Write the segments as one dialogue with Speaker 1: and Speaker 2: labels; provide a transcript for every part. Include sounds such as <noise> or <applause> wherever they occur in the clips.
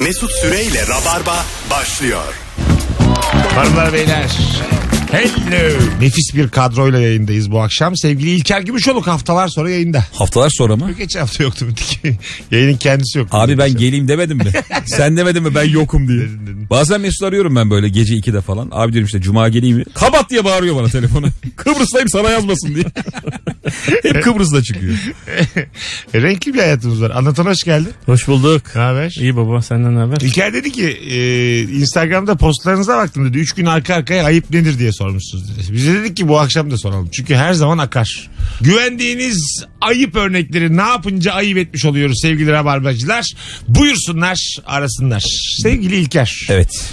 Speaker 1: Mesut Süreyle Rabarba başlıyor.
Speaker 2: Hanımlar beyler. Hello. Nefis bir kadroyla yayındayız bu akşam. Sevgili İlker Gümüşoluk haftalar sonra yayında.
Speaker 3: Haftalar sonra mı?
Speaker 2: Geçen hafta yoktu ki. <laughs> Yayının kendisi yok.
Speaker 3: Abi ben geleyim demedim
Speaker 2: <laughs>
Speaker 3: mi? Sen demedin mi ben yokum diye. Bazen Mesut arıyorum ben böyle gece 2'de falan. Abi diyorum işte cuma geleyim mi? Kapat diye bağırıyor
Speaker 2: <laughs>
Speaker 3: bana telefona. Kıbrıs'tayım sana yazmasın diye. Hep Kıbrıs'ta çıkıyor.
Speaker 2: E, renkli bir hayatımız var. Anlatan hoş geldin.
Speaker 4: Hoş bulduk.
Speaker 2: Ne haber?
Speaker 4: İyi baba senden ne haber?
Speaker 2: İlker dedi ki e, Instagram'da postlarınıza baktım dedi. Üç gün arka arkaya ayıp nedir diye sormuşsunuz dedi. Biz de dedik ki bu akşam da soralım. Çünkü her zaman akar. Güvendiğiniz ayıp örnekleri ne yapınca ayıp etmiş oluyoruz sevgili rabarbacılar. Buyursunlar arasınlar. Sevgili İlker.
Speaker 3: Evet.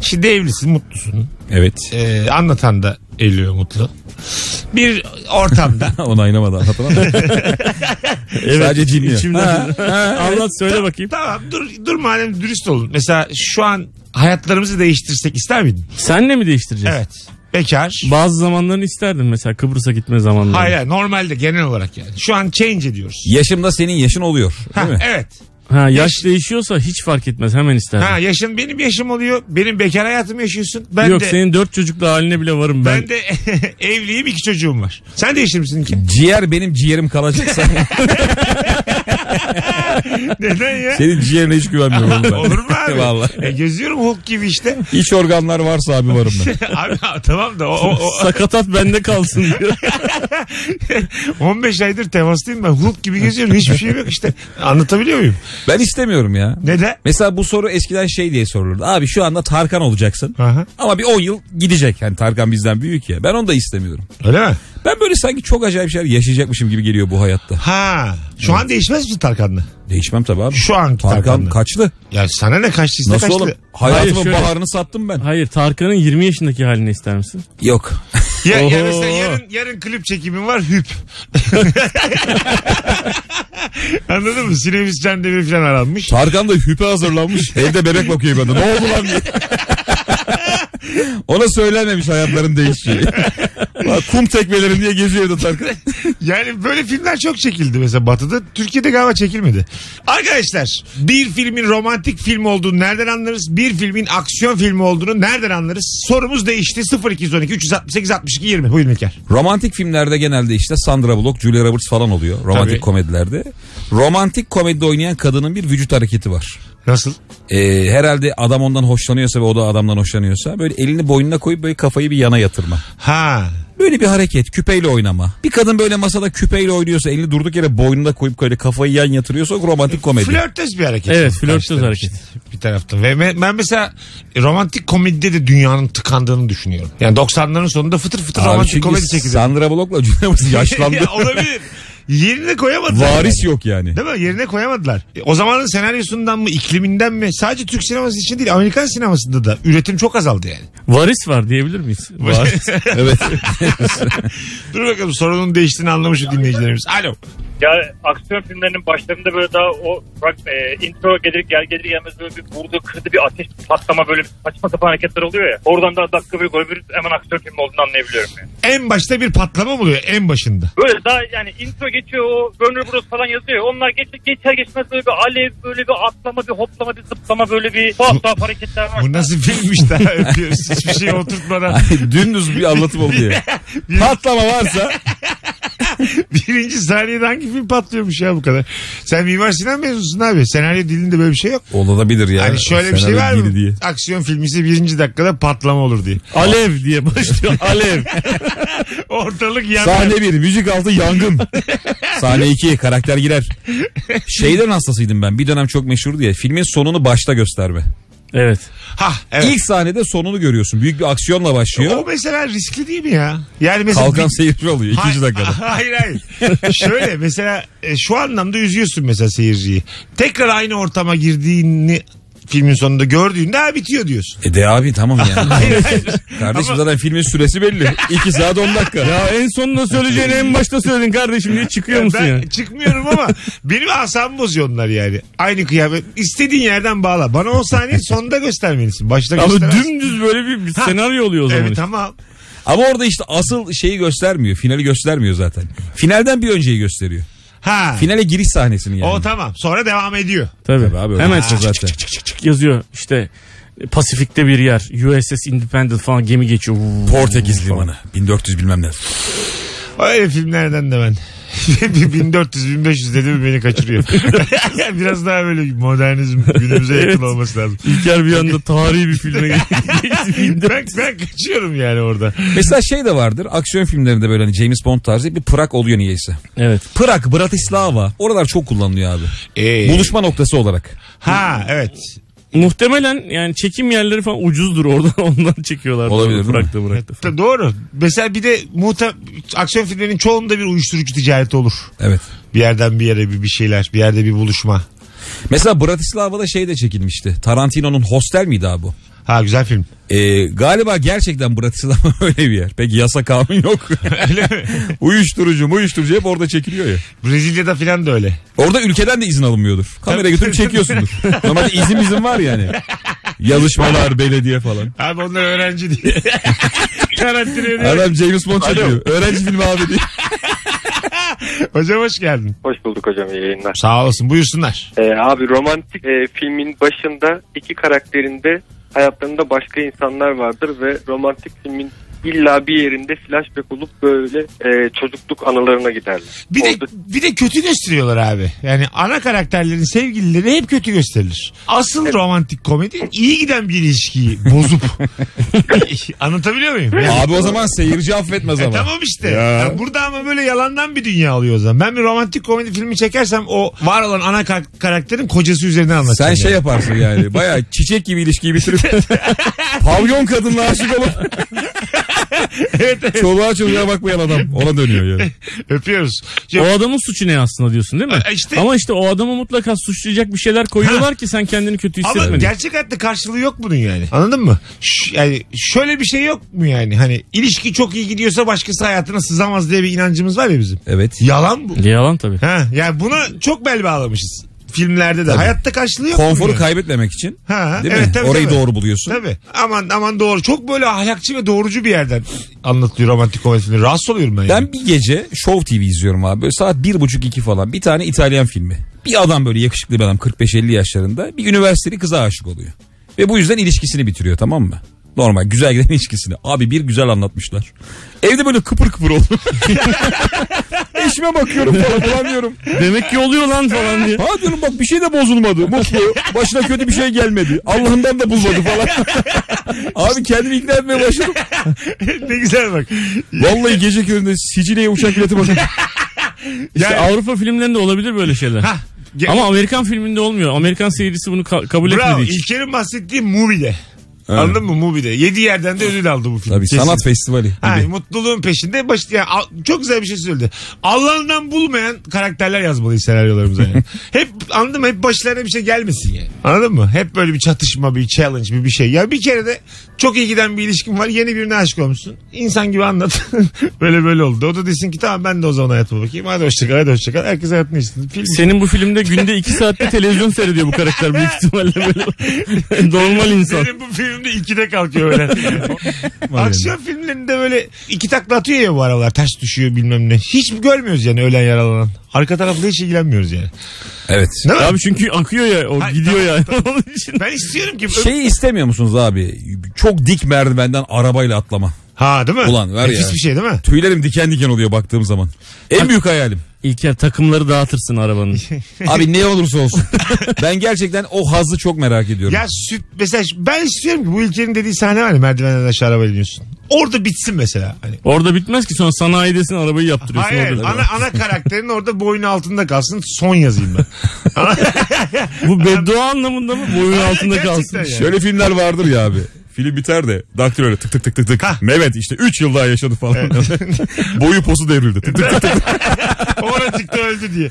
Speaker 2: Şimdi evlisin mutlusun.
Speaker 3: Evet.
Speaker 2: Ee, anlatan da evli ve mutlu. Bir <laughs> ortamda
Speaker 3: Onaylamadı anlatamam.
Speaker 2: <laughs>
Speaker 3: Sadece cinliyor.
Speaker 4: içimden. <laughs> Anlat söyle bakayım.
Speaker 2: tamam dur dur madem dürüst olun. Mesela şu an hayatlarımızı değiştirsek ister miydin?
Speaker 4: Senle mi değiştireceğiz?
Speaker 2: Evet. Bekar.
Speaker 4: Bazı zamanlarını isterdin mesela Kıbrıs'a gitme zamanları.
Speaker 2: Hayır hayır, normalde genel olarak yani. Şu an change ediyoruz.
Speaker 3: Yaşımda senin yaşın oluyor.
Speaker 2: Ha,
Speaker 3: Değil mi?
Speaker 2: evet.
Speaker 4: Ha, yaş değişiyorsa hiç fark etmez hemen isterdin.
Speaker 2: Ha yaşın benim yaşım oluyor. Benim bekar hayatımı yaşıyorsun. Ben
Speaker 4: Yok
Speaker 2: de
Speaker 4: senin dört çocuklu haline bile varım ben.
Speaker 2: ben de <laughs> evliyim iki çocuğum var. Sen değiştir misin ki?
Speaker 3: Ciğer benim
Speaker 2: <laughs>
Speaker 3: ciğerim kalacaksa
Speaker 2: Neden ya?
Speaker 3: senin ciğerine hiç güvenmiyorum. oğlum ben.
Speaker 2: Olur mu abi?
Speaker 3: Vallahi.
Speaker 2: E, geziyorum Hulk gibi işte.
Speaker 3: İç organlar varsa abi varım
Speaker 2: <laughs>
Speaker 3: ben.
Speaker 2: abi tamam da o, o- o-
Speaker 4: <laughs> Sakatat bende kalsın
Speaker 2: <laughs>
Speaker 4: diyor.
Speaker 2: 15 aydır temastayım ben. Hulk gibi geziyorum. Hiçbir şeyim yok işte. Anlatabiliyor muyum?
Speaker 3: Ben istemiyorum ya.
Speaker 2: Neden?
Speaker 3: Mesela bu soru eskiden şey diye sorulurdu. Abi şu anda Tarkan olacaksın.
Speaker 2: Aha.
Speaker 3: Ama bir 10 yıl gidecek. Yani Tarkan bizden büyük ya. Ben onu da istemiyorum.
Speaker 2: Öyle mi?
Speaker 3: Ben böyle sanki çok acayip şeyler yaşayacakmışım gibi geliyor bu hayatta.
Speaker 2: Ha. Şu an değişmez misin Tarkan'la?
Speaker 3: Değişmem tabii abi.
Speaker 2: Şu anki
Speaker 3: Tarkan
Speaker 2: Tarkan'la.
Speaker 3: kaçlı?
Speaker 2: Ya sana ne kaçtıysa
Speaker 3: Nasıl
Speaker 2: kaçtı.
Speaker 3: oğlum? Hayatımın
Speaker 4: Hayır, şöyle.
Speaker 3: baharını sattım ben.
Speaker 4: Hayır Tarkan'ın 20 yaşındaki halini ister misin?
Speaker 3: Yok.
Speaker 2: Ya, ya
Speaker 4: Oho.
Speaker 2: mesela yarın, yarın klip çekimim var hüp. Anladın mı? Sinemiz Can Demir falan aranmış.
Speaker 3: Tarkan da hüpe hazırlanmış. <laughs> Evde bebek bakıyor bende. Ne oldu lan <laughs> diye. Ona söylenmemiş hayatların <laughs> değişeceği. Bak, Kum tekmelerim diye geziyor evde Tarkan.
Speaker 2: Yani böyle filmler çok çekildi mesela Batı'da. Türkiye'de galiba çekilmedi. Arkadaşlar bir filmin romantik film olduğunu nereden anlarız? Bir filmin aksiyon filmi olduğunu nereden anlarız? Sorumuz değişti. 0212 368 62 20. Buyurun İlker.
Speaker 3: Romantik filmlerde genelde işte Sandra Bullock, Julia Roberts falan oluyor. Romantik
Speaker 2: Tabii.
Speaker 3: komedilerde. Romantik komedide oynayan kadının bir vücut hareketi var.
Speaker 2: Nasıl?
Speaker 3: Ee, herhalde adam ondan hoşlanıyorsa ve o da adamdan hoşlanıyorsa böyle elini boynuna koyup böyle kafayı bir yana yatırma.
Speaker 2: Ha.
Speaker 3: Böyle bir hareket küpeyle oynama. Bir kadın böyle masada küpeyle oynuyorsa elini durduk yere boynuna koyup böyle kafayı yan yatırıyorsa o
Speaker 2: Ee,
Speaker 3: romantik komedi.
Speaker 2: Flörtöz bir hareket.
Speaker 4: Evet,
Speaker 2: Bu
Speaker 4: flörtöz
Speaker 2: karşı taraf
Speaker 4: hareket.
Speaker 2: için Bir taraftan. Ve me- ben mesela romantik komedide de dünyanın tıkandığını düşünüyorum. Yani 90'ların sonunda fıtır fıtır
Speaker 3: Abi
Speaker 2: romantik
Speaker 3: çünkü
Speaker 2: komedi çekildi.
Speaker 3: Sandra Bullock'la Julia
Speaker 2: <laughs>
Speaker 3: Roberts yaşlandı.
Speaker 2: Ya Olabilir. Yerine koyamadılar.
Speaker 3: Varis
Speaker 2: <laughs>
Speaker 3: yok yani.
Speaker 2: Değil mi? Yerine koyamadılar. E, o zamanın senaryosundan mı, ikliminden mi? Sadece Türk sineması için değil, Amerikan sinemasında da üretim çok azaldı yani.
Speaker 4: Varis var diyebilir miyiz? <laughs> Varis.
Speaker 3: evet.
Speaker 2: Dur bakalım sorunun değiştiğini anlamış şu dinleyicilerimiz. Alo.
Speaker 5: Ya aksiyon filmlerinin başlarında böyle daha o bak, e, intro gelir gel gelir gelmez böyle bir vurdu kırdı bir ateş patlama böyle bir saçma sapan hareketler oluyor ya. Oradan daha dakika bir gol bir hemen aksiyon filmi olduğunu anlayabiliyorum yani.
Speaker 2: En başta bir patlama mı oluyor en başında.
Speaker 5: Böyle daha yani intro geçiyor o Warner Bros falan yazıyor. Onlar geç, geçer geçmez böyle bir alev böyle bir atlama bir hoplama bir zıplama böyle bir tuhaf tuhaf hareketler var.
Speaker 2: Bu nasıl filmmiş
Speaker 3: <laughs>
Speaker 2: daha öpüyoruz. Hiçbir şey oturtmadan.
Speaker 3: Dümdüz bir anlatım oldu ya. Patlama varsa
Speaker 2: Birinci saniyede hangi film patlıyormuş ya bu kadar? Sen Mimar Sinan mezunusun abi. Senaryo dilinde böyle bir şey yok.
Speaker 3: olabilir yani.
Speaker 2: Hani şöyle bir şey
Speaker 3: Senaryo
Speaker 2: var mı?
Speaker 3: dili diye.
Speaker 2: Aksiyon filmi ise birinci dakikada patlama olur diye. <laughs>
Speaker 4: Alev diye başlıyor. Alev.
Speaker 2: Ortalık yanar.
Speaker 3: Sahne 1 müzik altı yangın. Sahne 2 karakter girer. Şeyden hastasıydım ben. Bir dönem çok meşhurdu ya. Filmin sonunu başta gösterme.
Speaker 4: evet.
Speaker 2: Ha evet.
Speaker 3: İlk sahnede sonunu görüyorsun. Büyük bir aksiyonla başlıyor.
Speaker 2: O mesela riskli değil mi ya? Yani mesela
Speaker 3: Kalkan seyirci oluyor ikinci
Speaker 2: Hay-
Speaker 3: dakikada.
Speaker 2: <laughs> Hayır hayır. Şöyle mesela e, şu anlamda üzüyorsun mesela seyirciyi. Tekrar aynı ortama girdiğini filmin sonunda gördüğünde ha bitiyor diyorsun.
Speaker 3: E de abi tamam ya.
Speaker 2: Hayır hayır.
Speaker 3: Kardeşim zaten filmin süresi belli. 2 saat 10 dakika.
Speaker 4: Ya en sonunda söyleyeceğini en başta söyledin kardeşim diye çıkıyor musun
Speaker 2: Ben
Speaker 4: ya?
Speaker 2: çıkmıyorum
Speaker 4: <laughs>
Speaker 2: ama benim asabımı bozuyor onlar yani. Aynı kıyafet. istediğin yerden bağla. Bana o sahneyi sonda göstermelisin. Başta
Speaker 4: Ama
Speaker 2: göstermezsin.
Speaker 4: dümdüz böyle bir, bir senaryo oluyor o zaman.
Speaker 2: Evet
Speaker 4: işte.
Speaker 2: tamam.
Speaker 3: Ama orada işte asıl şeyi göstermiyor. Finali göstermiyor zaten. Finalden bir önceyi gösteriyor.
Speaker 2: Ha.
Speaker 3: Finale giriş sahnesini yani.
Speaker 2: O tamam. Sonra devam ediyor.
Speaker 4: Tabii.
Speaker 3: Tabii abi, öyle
Speaker 4: Hemen
Speaker 3: çık
Speaker 4: çık
Speaker 3: zaten.
Speaker 4: çık çık çık çık çık yazıyor işte Pasifik'te bir yer. USS Independent falan gemi geçiyor. Vuu
Speaker 3: Portekiz
Speaker 4: falan.
Speaker 3: limanı. 1400 bilmem ne.
Speaker 2: Öyle filmlerden de ben. <laughs> 1400-1500 dedi mi beni kaçırıyor. <laughs> Biraz daha böyle modernizm günümüze yakın olması lazım.
Speaker 4: İlker bir anda tarihi bir filme <laughs> geçti.
Speaker 2: Ben, ben kaçıyorum yani orada.
Speaker 3: Mesela şey de vardır. Aksiyon filmlerinde böyle hani James Bond tarzı bir Prag oluyor niyeyse.
Speaker 4: evet.
Speaker 3: Prag, Bratislava. Oralar çok kullanılıyor abi.
Speaker 2: Ee,
Speaker 3: Buluşma noktası olarak.
Speaker 2: Ha evet.
Speaker 4: Muhtemelen yani çekim yerleri falan ucuzdur oradan <laughs> ondan çekiyorlar.
Speaker 3: Olabilir, değil mi?
Speaker 4: Bıraktı bıraktı.
Speaker 2: Ta- Doğru. Mesela bir de muhta aksiyon filmlerinin çoğunda bir uyuşturucu ticareti olur.
Speaker 3: Evet.
Speaker 2: Bir yerden bir yere bir, bir şeyler, bir yerde bir buluşma.
Speaker 3: Mesela Bratislava'da şey de çekilmişti. Tarantino'nun Hostel miydi abi bu?
Speaker 2: Ha güzel film.
Speaker 3: Ee, galiba gerçekten Bratislava <laughs> öyle bir yer. Peki yasa kanun yok.
Speaker 2: Öyle mi?
Speaker 3: uyuşturucu uyuşturucu hep orada çekiliyor ya.
Speaker 2: Brezilya'da filan da öyle.
Speaker 3: Orada ülkeden de izin alınmıyordur. Kamera götürüp çekiyorsundur. Normalde izin izin var yani. Yazışmalar belediye falan.
Speaker 2: Abi onlar öğrenci değil. <laughs> Karantinaya diyor.
Speaker 3: Adam James Bond çekiyor. Öğrenci filmi abi diye.
Speaker 2: Hocam hoş geldin.
Speaker 6: Hoş bulduk hocam iyi yayınlar.
Speaker 2: Sağ olasın buyursunlar.
Speaker 6: Ee, abi romantik e, filmin başında iki karakterinde hayatlarında başka insanlar vardır ve romantik filmin illa bir yerinde flashback olup böyle e, çocukluk anılarına giderler.
Speaker 2: Bir de,
Speaker 6: Orada
Speaker 2: bir de kötü gösteriyorlar abi. Yani ana karakterlerin sevgilileri hep kötü gösterilir. Asıl romantik komedi iyi giden bir ilişkiyi bozup <laughs> anlatabiliyor muyum? Yani-
Speaker 3: Abi o zaman seyirci affetmez
Speaker 2: E
Speaker 3: ama.
Speaker 2: tamam işte. Yani burada ama böyle yalandan bir dünya alıyor o zaman. Ben bir romantik komedi filmi çekersem o var olan ana kar- karakterin kocası üzerinden
Speaker 3: Sen
Speaker 2: anlatacağım.
Speaker 3: şey yaparsın yani. Baya çiçek gibi
Speaker 2: <laughs>
Speaker 3: ilişkiyi bitirip pavyon kadınla aşık olup çoluğa çocuğa bakmayan adam. Ona dönüyor yani.
Speaker 2: yani. <laughs> Öpüyoruz.
Speaker 4: O
Speaker 2: Yok,
Speaker 4: adamın suçu ne aslında diyorsun değil mi?
Speaker 2: E, işte-
Speaker 4: Ama işte o adamı mutlaka suçlayacak bir şeyler koyuyorlar ki sen kendini kötü
Speaker 2: ama
Speaker 4: hissetmedin.
Speaker 2: gerçek hayatta karşılığı yok bunun yani. Anladın mı? Ş- yani şöyle bir şey yok mu yani? Hani ilişki çok iyi gidiyorsa başkası hayatına sızamaz diye bir inancımız var ya bizim.
Speaker 3: Evet.
Speaker 2: Yalan bu.
Speaker 4: Yalan tabii.
Speaker 2: Ha, yani buna çok bel bağlamışız. Filmlerde de. Hayatta karşılığı yok.
Speaker 3: Konforu
Speaker 2: bunun yani.
Speaker 3: kaybetmemek için.
Speaker 2: Ha,
Speaker 3: Değil
Speaker 2: evet,
Speaker 3: mi?
Speaker 2: tabii,
Speaker 3: Orayı
Speaker 2: tabii.
Speaker 3: doğru buluyorsun.
Speaker 2: Tabii. Aman aman doğru. Çok böyle ahlakçı ve doğrucu bir yerden anlatılıyor romantik komedi filmleri. Rahatsız oluyorum ben. yani.
Speaker 3: Ben bir gece Show TV izliyorum abi. Böyle saat bir buçuk iki falan. Bir tane İtalyan filmi. Bir adam böyle yakışıklı bir adam 45-50 yaşlarında. Bir üniversiteli kıza aşık oluyor. Ve bu yüzden ilişkisini bitiriyor tamam mı? Normal güzel giden <laughs> ilişkisini. Abi bir güzel anlatmışlar. Evde böyle kıpır kıpır oldum. <laughs> Eşime bakıyorum falan bulamıyorum.
Speaker 4: Demek ki oluyor lan falan diye.
Speaker 3: Ha diyorum bak bir şey de bozulmadı. Mutlu. Başına kötü bir şey gelmedi. Allah'ından da bulmadı falan. <laughs> Abi kendimi ikna etmeye başladım.
Speaker 2: ne güzel bak.
Speaker 3: Vallahi gece köründe Sicilya'ya uçak bileti bakın.
Speaker 4: İşte
Speaker 2: Yani-
Speaker 4: Avrupa filmlerinde olabilir böyle şeyler.
Speaker 2: Hah. Ge-
Speaker 4: Ama Amerikan filminde olmuyor. Amerikan seyircisi bunu ka- kabul
Speaker 2: Bravo.
Speaker 4: etmediği için.
Speaker 2: İlker'in bahsettiği Mubi'de. Anladın mı Mubi'de? Yedi yerden de ödül aldı bu film.
Speaker 3: Tabii
Speaker 2: Kesin.
Speaker 3: sanat festivali.
Speaker 2: Ha,
Speaker 3: gibi.
Speaker 2: mutluluğun peşinde baş, yani al- çok güzel bir şey söyledi. Allah'ından bulmayan karakterler yazmalıyız senaryolarımıza. Yani. hep anladın mı? Hep başlarına bir şey gelmesin yani. Anladın mı? Hep böyle bir çatışma, bir challenge, bir bir şey. Ya bir kere de çok iyi giden bir ilişkin var. Yeni birine aşık olmuşsun. İnsan gibi anlat. <laughs> böyle böyle oldu. O da desin ki tamam ben de o zaman hayatıma bakayım. Hadi hoşçakal, hadi hoşçakal. Herkes hayatını yaşasın. Film.
Speaker 4: Senin bu filmde günde 2 saatte televizyon seyrediyor bu karakter <laughs> büyük ihtimalle böyle. <laughs> Normal insan.
Speaker 2: Benim bu filmde ikide kalkıyor öyle. Akşam filmlerinde böyle iki takla atıyor ya bu aralar. Ters düşüyor bilmem ne. Hiç görmüyoruz yani ölen yaralanan. Arka tarafla hiç ilgilenmiyoruz yani.
Speaker 3: Evet.
Speaker 2: Değil mi?
Speaker 4: Abi çünkü akıyor ya o
Speaker 2: Hayır,
Speaker 4: gidiyor
Speaker 2: tamam,
Speaker 4: ya. Onun için.
Speaker 2: Ben istiyorum ki.
Speaker 3: Şeyi istemiyor musunuz abi? Çok dik merdivenden arabayla atlama.
Speaker 2: Ha değil mi?
Speaker 3: Ulan ver
Speaker 2: Nefis
Speaker 3: ya.
Speaker 2: bir şey değil mi?
Speaker 3: Tüylerim diken diken oluyor baktığım zaman. En büyük hayalim.
Speaker 4: İlker takımları
Speaker 2: <laughs>
Speaker 4: dağıtırsın arabanın.
Speaker 3: Abi ne olursa
Speaker 4: <laughs>
Speaker 3: olsun. ben gerçekten o hazzı çok merak ediyorum.
Speaker 2: Ya süt mesela ben istiyorum ki bu ülkenin dediği sahne var ya merdivenden aşağı araba iniyorsun. Orada bitsin mesela. Hani
Speaker 4: Orada bitmez ki sonra sanayidesin arabayı yaptırıyorsun.
Speaker 2: Hayır,
Speaker 4: orada.
Speaker 2: ana, ana karakterin orada boynu altında kalsın son yazayım ben. <laughs>
Speaker 4: Bu beddua anlamında mı? Boyun altında
Speaker 2: Gerçekten
Speaker 4: kalsın.
Speaker 2: yani.
Speaker 3: Şöyle filmler vardır ya abi. Film biter de daktilo öyle tık tık tık tık tık.
Speaker 2: Hah.
Speaker 3: Mehmet işte 3 yıl daha yaşadı falan. <laughs> Boyu posu devrildi. Tık tık tık tık.
Speaker 2: Oracıkta öldü diye.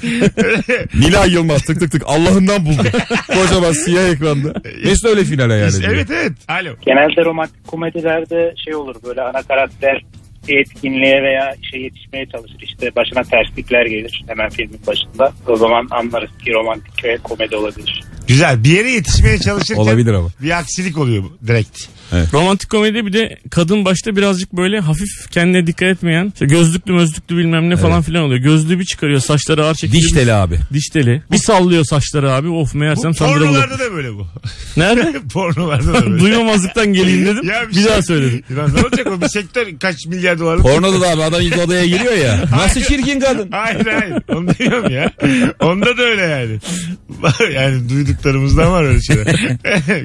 Speaker 3: Nilay Yılmaz tık tık tık. Allah'ından
Speaker 4: <laughs>
Speaker 3: buldu. Kocaman siyah ekranda. Mesut öyle finale yani.
Speaker 2: evet evet. Alo.
Speaker 7: genelde romantik komedilerde şey olur böyle ana karakter bir etkinliğe veya işe yetişmeye çalışır. İşte başına terslikler gelir hemen filmin başında. O zaman anlarız ki romantik ve komedi olabilir.
Speaker 2: Güzel. Bir yere yetişmeye çalışırken
Speaker 3: Olabilir ama.
Speaker 2: bir aksilik oluyor bu direkt.
Speaker 4: Romantik komedi bir de kadın başta birazcık böyle hafif kendine dikkat etmeyen işte gözlüklü mözlüklü bilmem ne falan filan oluyor. Gözlüğü bir çıkarıyor saçları ağır çekiyor.
Speaker 3: Diş teli abi.
Speaker 4: Diş teli. Bir sallıyor saçları abi. Of meğersem
Speaker 2: Bu
Speaker 4: sandıra bulur.
Speaker 2: pornolarda da böyle bu. <laughs>
Speaker 4: Nerede?
Speaker 2: pornolarda da böyle.
Speaker 4: Duymamazlıktan geleyim dedim.
Speaker 2: Ya
Speaker 4: bir,
Speaker 2: bir şey-
Speaker 4: daha söyledim.
Speaker 2: Biraz ne olacak o bir sektör kaç milyar dolarlık.
Speaker 3: Pornoda da abi adam ilk odaya giriyor ya. <laughs> Nasıl çirkin kadın?
Speaker 2: Hayır hayır. Onu demiyorum ya. Onda da öyle yani. <laughs> yani duyduklarımızdan var öyle şeyler.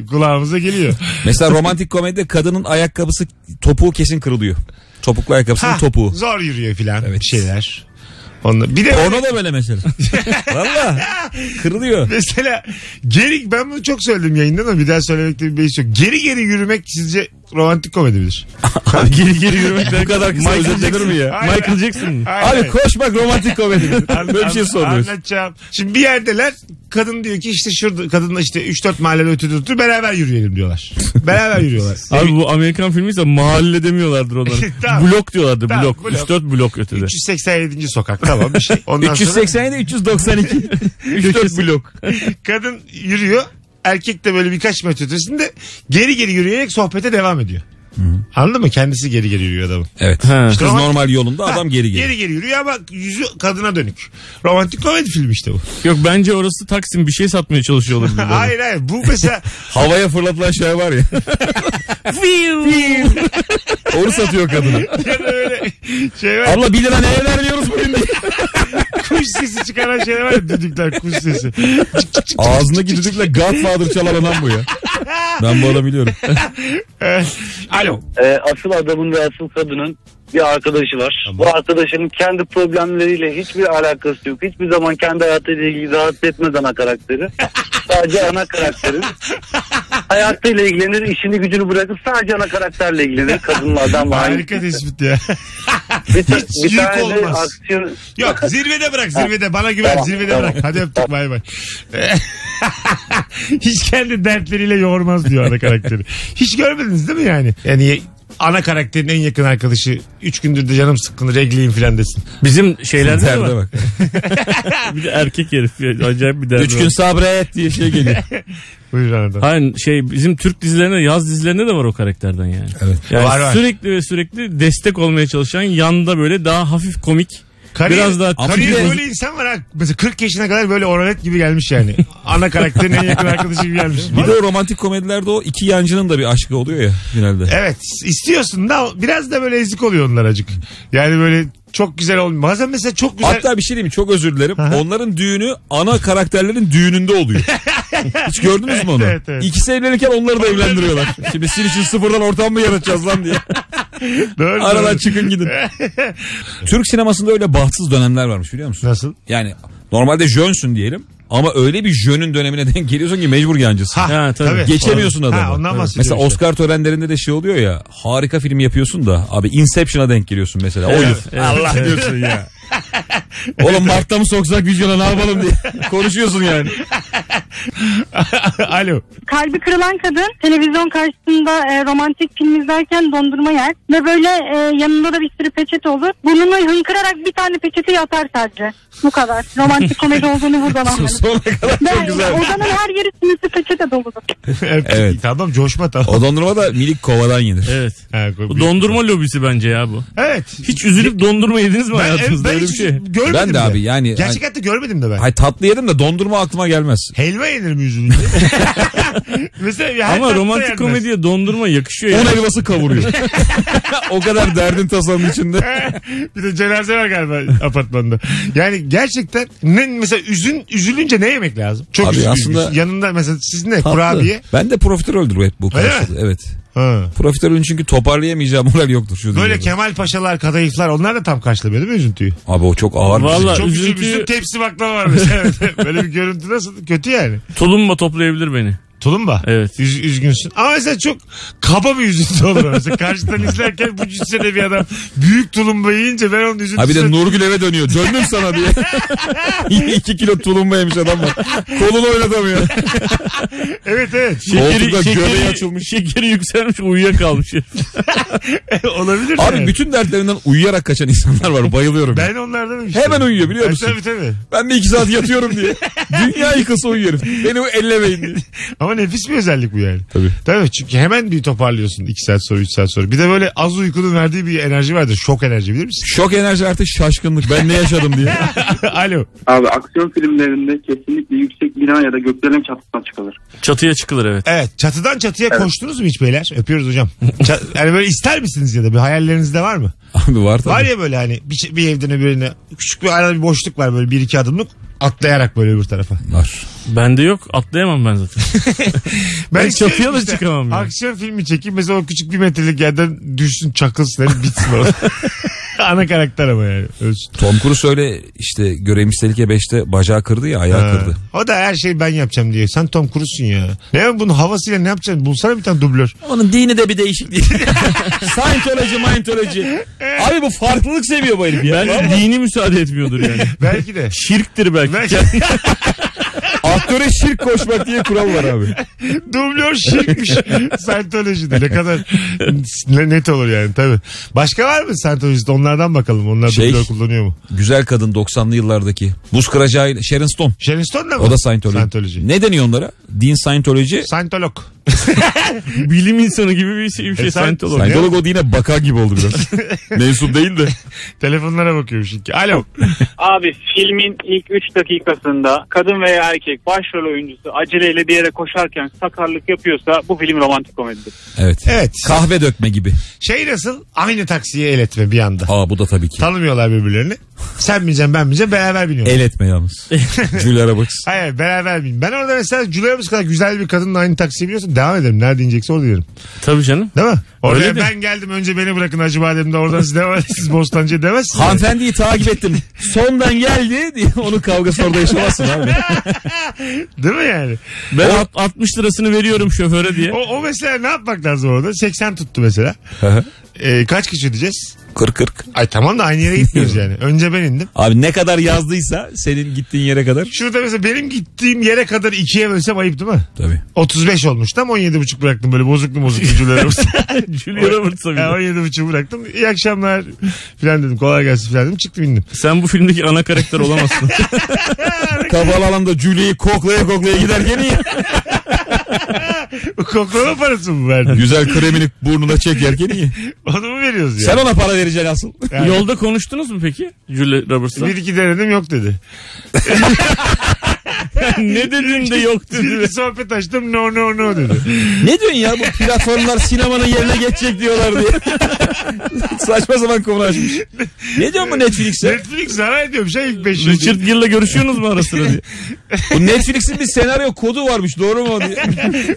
Speaker 2: <laughs> Kulağımıza geliyor.
Speaker 3: Mesela romantik komedide kadının ayakkabısı topuğu kesin kırılıyor. Topuklu ayakkabısının
Speaker 2: Ha,
Speaker 3: topuğu.
Speaker 2: Zor yürüyor filan
Speaker 3: Evet.
Speaker 2: bir şeyler. Onda, bir de
Speaker 3: Porno da böyle <laughs> mesela. Valla kırılıyor.
Speaker 2: mesela geri ben bunu çok söyledim yayında da bir daha söylemekte bir beis yok. Geri geri yürümek sizce romantik komedi midir?
Speaker 4: geri geri yürümekten bu kadar kısa
Speaker 3: Michael
Speaker 4: özetlenir mi ya?
Speaker 2: Hayır.
Speaker 4: Michael Jackson mı?
Speaker 2: Hayır,
Speaker 3: Abi
Speaker 2: hayır.
Speaker 3: koşmak romantik komedi.
Speaker 2: An-
Speaker 3: Böyle bir şey
Speaker 2: an-
Speaker 3: soruyoruz.
Speaker 2: Anlatacağım. Şimdi bir yerdeler kadın diyor ki işte şurada kadın işte 3-4 mahallede ötede oturuyor beraber yürüyelim
Speaker 3: <laughs>
Speaker 2: diyorlar. beraber yürüyorlar.
Speaker 4: Abi bu Amerikan filmiyse mahalle demiyorlardı onları.
Speaker 2: Tamam.
Speaker 4: Blok diyorlardı
Speaker 2: Tamam,
Speaker 4: blok.
Speaker 2: blok.
Speaker 4: 3-4 blok ötede.
Speaker 2: 387. sokak tamam bir şey. Ondan sonra
Speaker 3: 387 392.
Speaker 2: <laughs>
Speaker 3: 3-4 blok.
Speaker 2: kadın yürüyor. Erkek de böyle birkaç metre ötesinde geri geri yürüyerek sohbete devam ediyor. Anladın mı? Kendisi geri geri yürüyor adamın.
Speaker 3: Evet.
Speaker 4: Ha.
Speaker 3: Kız normal yolunda adam geri geliyor.
Speaker 2: Geri geri yürüyor ama yüzü kadına dönük. Romantik komedi filmi işte bu.
Speaker 4: Yok bence orası Taksim bir şey satmaya çalışıyor olabilir.
Speaker 2: <laughs> hayır hayır bu
Speaker 3: <laughs>
Speaker 2: mesela <laughs>
Speaker 3: Havaya fırlatılan şey var ya. <laughs> Onu satıyor kadına.
Speaker 2: ya da öyle şey var.
Speaker 3: Abla 1 lira neye veriyoruz bugün diye.
Speaker 2: kuş sesi çıkaran şeyler var ya düdükler kuş sesi.
Speaker 3: Ağzındaki düdükle Godfather çalan adam bu ya. Ben bu adamı biliyorum.
Speaker 2: Alo.
Speaker 8: Ee, asıl adamın ve asıl kadının bir arkadaşı var. Bu arkadaşının kendi problemleriyle hiçbir alakası yok. Hiçbir zaman kendi hayatıyla ilgili rahatsız etmez ana karakteri. sadece ana karakterin. Hayatıyla ilgilenir, işini gücünü bırakır. Sadece ana karakterle ilgilenir. Kadınla adamla aynı.
Speaker 2: Harika tespit ya. <laughs>
Speaker 8: Bir, tek-
Speaker 2: Hiç
Speaker 8: bir
Speaker 2: yük
Speaker 8: tane de
Speaker 2: olmaz.
Speaker 8: aksiyon...
Speaker 2: Yok zirvede bırak zirvede. Bana güven
Speaker 8: Tamam,
Speaker 2: zirvede
Speaker 8: tamam.
Speaker 2: bırak. Hadi öptük bay bay. <laughs> Hiç kendi dertleriyle yoğurmaz diyor ana karakteri. Hiç görmediniz değil mi yani? Yani ana karakterin en yakın arkadaşı 3 gündür de canım sıkkın regliyim filan desin.
Speaker 4: Bizim şeylerde de
Speaker 3: Derde
Speaker 4: var.
Speaker 3: bak.
Speaker 4: Bir de erkek herif. ya, Acayip bir derdi
Speaker 3: 3
Speaker 4: var.
Speaker 3: gün sabret diye şey geliyor.
Speaker 2: Buyur anadan.
Speaker 4: Hayır şey bizim Türk dizilerinde yaz dizilerinde de var o karakterden yani.
Speaker 3: Evet.
Speaker 4: Yani
Speaker 2: Var, var.
Speaker 4: sürekli ve sürekli destek olmaya çalışan yanda böyle daha hafif komik.
Speaker 2: Kariyer,
Speaker 4: biraz daha- Ama
Speaker 2: kariyer
Speaker 3: bir de-
Speaker 2: böyle insan var ha. Mesela 40 yaşına kadar böyle oralet gibi gelmiş yani. Ana karakterin en yakın arkadaşı gibi gelmiş.
Speaker 3: <laughs> Bir de o romantik komedilerde o iki yancının da bir aşkı oluyor ya finalde.
Speaker 2: Evet istiyorsun da biraz da böyle ezik oluyor onlar acık. Yani böyle çok güzel olmuyor. Bazen mesela çok güzel.
Speaker 3: Hatta bir şey diyeyim mi? çok özür dilerim. Onların düğünü ana karakterlerin düğününde oluyor. Hiç gördünüz mü onu?
Speaker 2: Evet, evet.
Speaker 3: İkisi evlenirken onları da evlendiriyorlar. Şimdi sizin için sıfırdan ortam mı yaratacağız lan diye.
Speaker 2: Doğru,
Speaker 3: Aradan
Speaker 2: doğru.
Speaker 3: çıkın gidin. Türk sinemasında öyle bahtsız dönemler varmış biliyor musun?
Speaker 2: Nasıl? <laughs>
Speaker 3: Yani normalde jönsün diyelim ama öyle bir jönün dönemine denk geliyorsun ki mecbur yancısın.
Speaker 4: Ha, tabii.
Speaker 2: <laughs>
Speaker 3: Geçemiyorsun adamı.
Speaker 2: Ha, ondan bahsediyorum
Speaker 3: Mesela
Speaker 2: işte.
Speaker 3: Oscar törenlerinde de şey oluyor ya. Harika film yapıyorsun da abi Inception'a denk geliyorsun mesela. O yıl.
Speaker 4: Allah
Speaker 3: <laughs>
Speaker 2: <laughs>
Speaker 3: diyorsun ya. Oğlum Mart'ta mı soksak vizyona ne
Speaker 2: <laughs>
Speaker 3: yapalım diye konuşuyorsun yani.
Speaker 2: Alo.
Speaker 9: kalbi kırılan kadın televizyon karşısında e, romantik film izlerken dondurma yer ve böyle e, yanında da bir sürü peçete olur. Burnunu hınkırarak bir tane peçeteyi atar sadece. Bu kadar. Romantik komedi olduğunu buradan anladım.
Speaker 3: Sonuna kadar çok
Speaker 9: Ben
Speaker 3: güzel.
Speaker 9: odanın her yeri sinirli peçete doludur.
Speaker 2: evet. Tamam coşma tamam.
Speaker 3: O dondurma da minik kovadan yenir.
Speaker 4: Evet.
Speaker 2: Ha,
Speaker 4: Bu
Speaker 2: bir-
Speaker 4: dondurma lobisi bence ya bu.
Speaker 2: Evet.
Speaker 4: Hiç üzülüp dondurma yediniz mi
Speaker 2: Ben, ben,
Speaker 4: hayatınızda öyle bir
Speaker 2: hiç
Speaker 4: şey?
Speaker 2: görmedim
Speaker 3: Ben de abi yani-
Speaker 2: Gerçek hayatta görmedim de ben.
Speaker 3: Hay tatlı yedim de dondurma aklıma gelmez.
Speaker 2: Helva yenir mi yüzünde? <laughs> Mesela her
Speaker 4: Ama
Speaker 2: tatlı
Speaker 4: romantik
Speaker 2: yenmez.
Speaker 4: komediye dondurma yakışıyor ya.
Speaker 3: Un helvası kavuruyor. <laughs> o kadar derdin tasanın içinde.
Speaker 2: bir de cenaze var galiba apartmanda. Yani gerçekten ne mesela üzün üzülünce ne yemek lazım? Çok
Speaker 3: Abi
Speaker 2: üzülüyorsun.
Speaker 3: aslında-
Speaker 2: yanında mesela siz ne? Kurabiye.
Speaker 3: Ben de profiteroldür bu hep bu
Speaker 2: Öyle
Speaker 3: karşılığı. Evet.
Speaker 2: Ha.
Speaker 3: Profiterolün çünkü toparlayamayacağı moral yoktur. Şu
Speaker 2: Böyle
Speaker 3: dünyada.
Speaker 2: Kemal Paşalar, kadayıflar onlar da tam karşılamıyor değil mi üzüntüyü?
Speaker 3: Abi o çok ağır bir şey.
Speaker 4: Vallahi
Speaker 2: Çok üzüntü... <laughs>
Speaker 4: üzüntüyü
Speaker 2: tepsi baklava var mesela. Böyle bir görüntü nasıl? Kötü yani.
Speaker 4: tulumba toplayabilir beni.
Speaker 2: Tulumba.
Speaker 4: Evet.
Speaker 2: Üz- üzgünsün. Ama mesela çok kaba bir üzüntü olur. Mesela karşıdan izlerken bu cüssede bir adam büyük tulumba yiyince ben onun üzüntüsü.
Speaker 3: Ha bir de Nurgül eve dönüyor. Döndüm sana diye. <laughs> İki kilo tulumba yemiş adam var. Kolunu oynatamıyor.
Speaker 2: Evet evet.
Speaker 3: Koltukta göbeği açılmış.
Speaker 4: Şekeri yükselmiş uyuyakalmış.
Speaker 2: Olabilir.
Speaker 3: <laughs> Abi
Speaker 2: yani.
Speaker 3: bütün dertlerinden uyuyarak kaçan insanlar var. Bayılıyorum.
Speaker 2: Ben onlardanım işte.
Speaker 3: Hemen uyuyor biliyor
Speaker 2: Ha,
Speaker 3: musun?
Speaker 2: Tabii tabii.
Speaker 3: Ben de iki saat yatıyorum diye. Dünya yıkılsa uyuyorum. Beni ellemeyin diye.
Speaker 2: Ama nefis bir özellik bu yani.
Speaker 3: Tabii.
Speaker 2: Tabii çünkü hemen bir toparlıyorsun 2 saat sonra 3 saat sonra. Bir de böyle az uykunun verdiği bir enerji vardır. Şok enerji bilir misin? <laughs>
Speaker 3: Şok enerji artık şaşkınlık. Ben ne yaşadım diye.
Speaker 2: Alo.
Speaker 8: Abi aksiyon filmlerinde kesinlikle yüksek bina ya da gökdelen çatısına çıkılır.
Speaker 4: Çatıya çıkılır evet.
Speaker 2: Evet çatıdan çatıya koştunuz mu hiç beyler? Öpüyoruz hocam. Ça- yani böyle ister misiniz ya da bir hayallerinizde var mı?
Speaker 3: <laughs> Abi var tabii.
Speaker 2: Var ya böyle hani bir, şey- bir evden öbürüne küçük bir arada bir boşluk var böyle bir iki adımlık atlayarak böyle öbür tarafa.
Speaker 3: Var.
Speaker 4: Bende yok atlayamam ben zaten. Ben
Speaker 2: istiyorum
Speaker 4: çatıya da çıkamam ya.
Speaker 2: Aksiyon filmi çekeyim mesela o küçük bir metrelik yerden düşsün çakılsın hani bitsin orada. Ana karakter ama yani. Ölsün.
Speaker 3: Tom Cruise öyle işte görevimiz tehlike 5'te bacağı kırdı ya ayağı
Speaker 2: Ha.
Speaker 3: kırdı.
Speaker 2: O da her şeyi ben yapacağım diyor. Sen Tom Cruise'sun ya. Ne bunun havasıyla ne yapacaksın? Bulsana bir tane dublör.
Speaker 3: Onun dini de bir değişik <laughs> değil. <laughs> Scientology, Scientology. Abi bu farklılık seviyor bu herif ya.
Speaker 4: Bence dini müsaade
Speaker 3: <laughs>
Speaker 4: etmiyordur yani.
Speaker 2: Belki de.
Speaker 4: Şirktir belki.
Speaker 2: Belki
Speaker 3: Aktöre şirk koşmak diye kural var abi.
Speaker 2: dublör şirkmiş. Scientology'de ne kadar ne- net olur yani tabii. Başka var mı Scientology'de? Onlardan bakalım. Onlar
Speaker 3: Şey-
Speaker 2: dublör kullanıyor mu?
Speaker 3: Güzel kadın 90'lı yıldaki. Buz kıracağı Sharon Stone.
Speaker 2: Sharon Stone da mı?
Speaker 3: O da Scientology. Ne deniyor onlara? Din Scientology.
Speaker 2: Scientolog.
Speaker 4: Bilim insanı gibi bir şey. Bir şey
Speaker 2: E, sen-
Speaker 4: Scientolog.
Speaker 2: sen-
Speaker 3: Scientolog o dine bakar gibi oldu <laughs> biraz. Mensup değil de.
Speaker 2: Telefonlara bakıyormuş ilk. Alo.
Speaker 7: Abi filmin ilk 3 dakikasında kadın veya erkek başrol oyuncusu aceleyle bir yere koşarken sakarlık yapıyorsa bu film romantik komedidir.
Speaker 3: Evet.
Speaker 2: Evet.
Speaker 3: Kahve dökme gibi.
Speaker 2: Şey nasıl? Aynı taksiye el etme bir anda.
Speaker 3: Aa bu da tabii ki.
Speaker 2: Tanımıyorlar birbirlerini. Sen bineceksin ben bineceğim beraber biniyoruz.
Speaker 3: El etme <laughs> yalnız. Julia Roberts.
Speaker 2: Hayır hayır, beraber bin. Ben orada mesela Julia'mız kadar güzel bir kadınla aynı taksiye biniyorsun. Devam ederim. Nerede inecekse orada yerim.
Speaker 4: Tabii canım.
Speaker 2: Değil mi? Oraya
Speaker 4: Öyle de.
Speaker 2: ben geldim önce beni bırakın Hacı Badem'de oradan <laughs> siz devam edin. Bostancı'ya demezsin.
Speaker 3: Hanımefendiyi takip ettim. Sondan geldi diye onun kavgası orada yaşamazsın abi.
Speaker 2: Değil mi yani?
Speaker 4: Ben alt- 60 lirasını veriyorum şoföre diye.
Speaker 2: O, o mesela ne yapmak lazım orada? 80 tuttu mesela. Ee, kaç kişi ödeyeceğiz?
Speaker 3: 40-40.
Speaker 2: Ay tamam da aynı yere gitmiyoruz <laughs> yani. Önce ben indim.
Speaker 3: Abi ne kadar yazdıysa senin gittiğin yere kadar.
Speaker 2: Şurada mesela benim gittiğim yere kadar ikiye bölsem ayıp değil mi?
Speaker 3: Tabii.
Speaker 2: 35 olmuş tam 17,5 bıraktım böyle bozuklu <laughs> bozuklu cümleler olsa.
Speaker 4: Julia Roberts'a bir de.
Speaker 2: 17,5 bıraktım. İyi akşamlar filan dedim. Kolay gelsin filan dedim. Çıktım indim. <laughs>
Speaker 4: Sen bu filmdeki ana karakter
Speaker 3: <laughs>
Speaker 4: olamazsın.
Speaker 3: Kafalı alanda Julie'yi koklaya koklaya gider gene iyi.
Speaker 2: Koklama parası mı verdin?
Speaker 3: Güzel kremini burnuna çekerken iyi.
Speaker 2: Onu mu veriyoruz ya?
Speaker 3: Sen ona para vereceksin asıl.
Speaker 2: Yani.
Speaker 4: Yolda konuştunuz mu peki Julia Roberts'la?
Speaker 2: Bir iki denedim yok dedi.
Speaker 4: <laughs> ne dedin de yoktu.
Speaker 2: Bir iki sohbet açtım no no no
Speaker 3: <laughs>
Speaker 2: dedi.
Speaker 3: ne diyorsun ya bu platformlar sinemanın yerine geçecek diyorlar diye. <laughs> Saçma sapan konu açmış. Ne diyorsun bu Netflix'e?
Speaker 2: Netflix zarar ediyormuş ha ilk 5 yıl.
Speaker 4: Richard Gill'le görüşüyorsunuz mu ara sıra diye.
Speaker 3: <laughs> Bu Netflix'in bir senaryo kodu varmış doğru mu?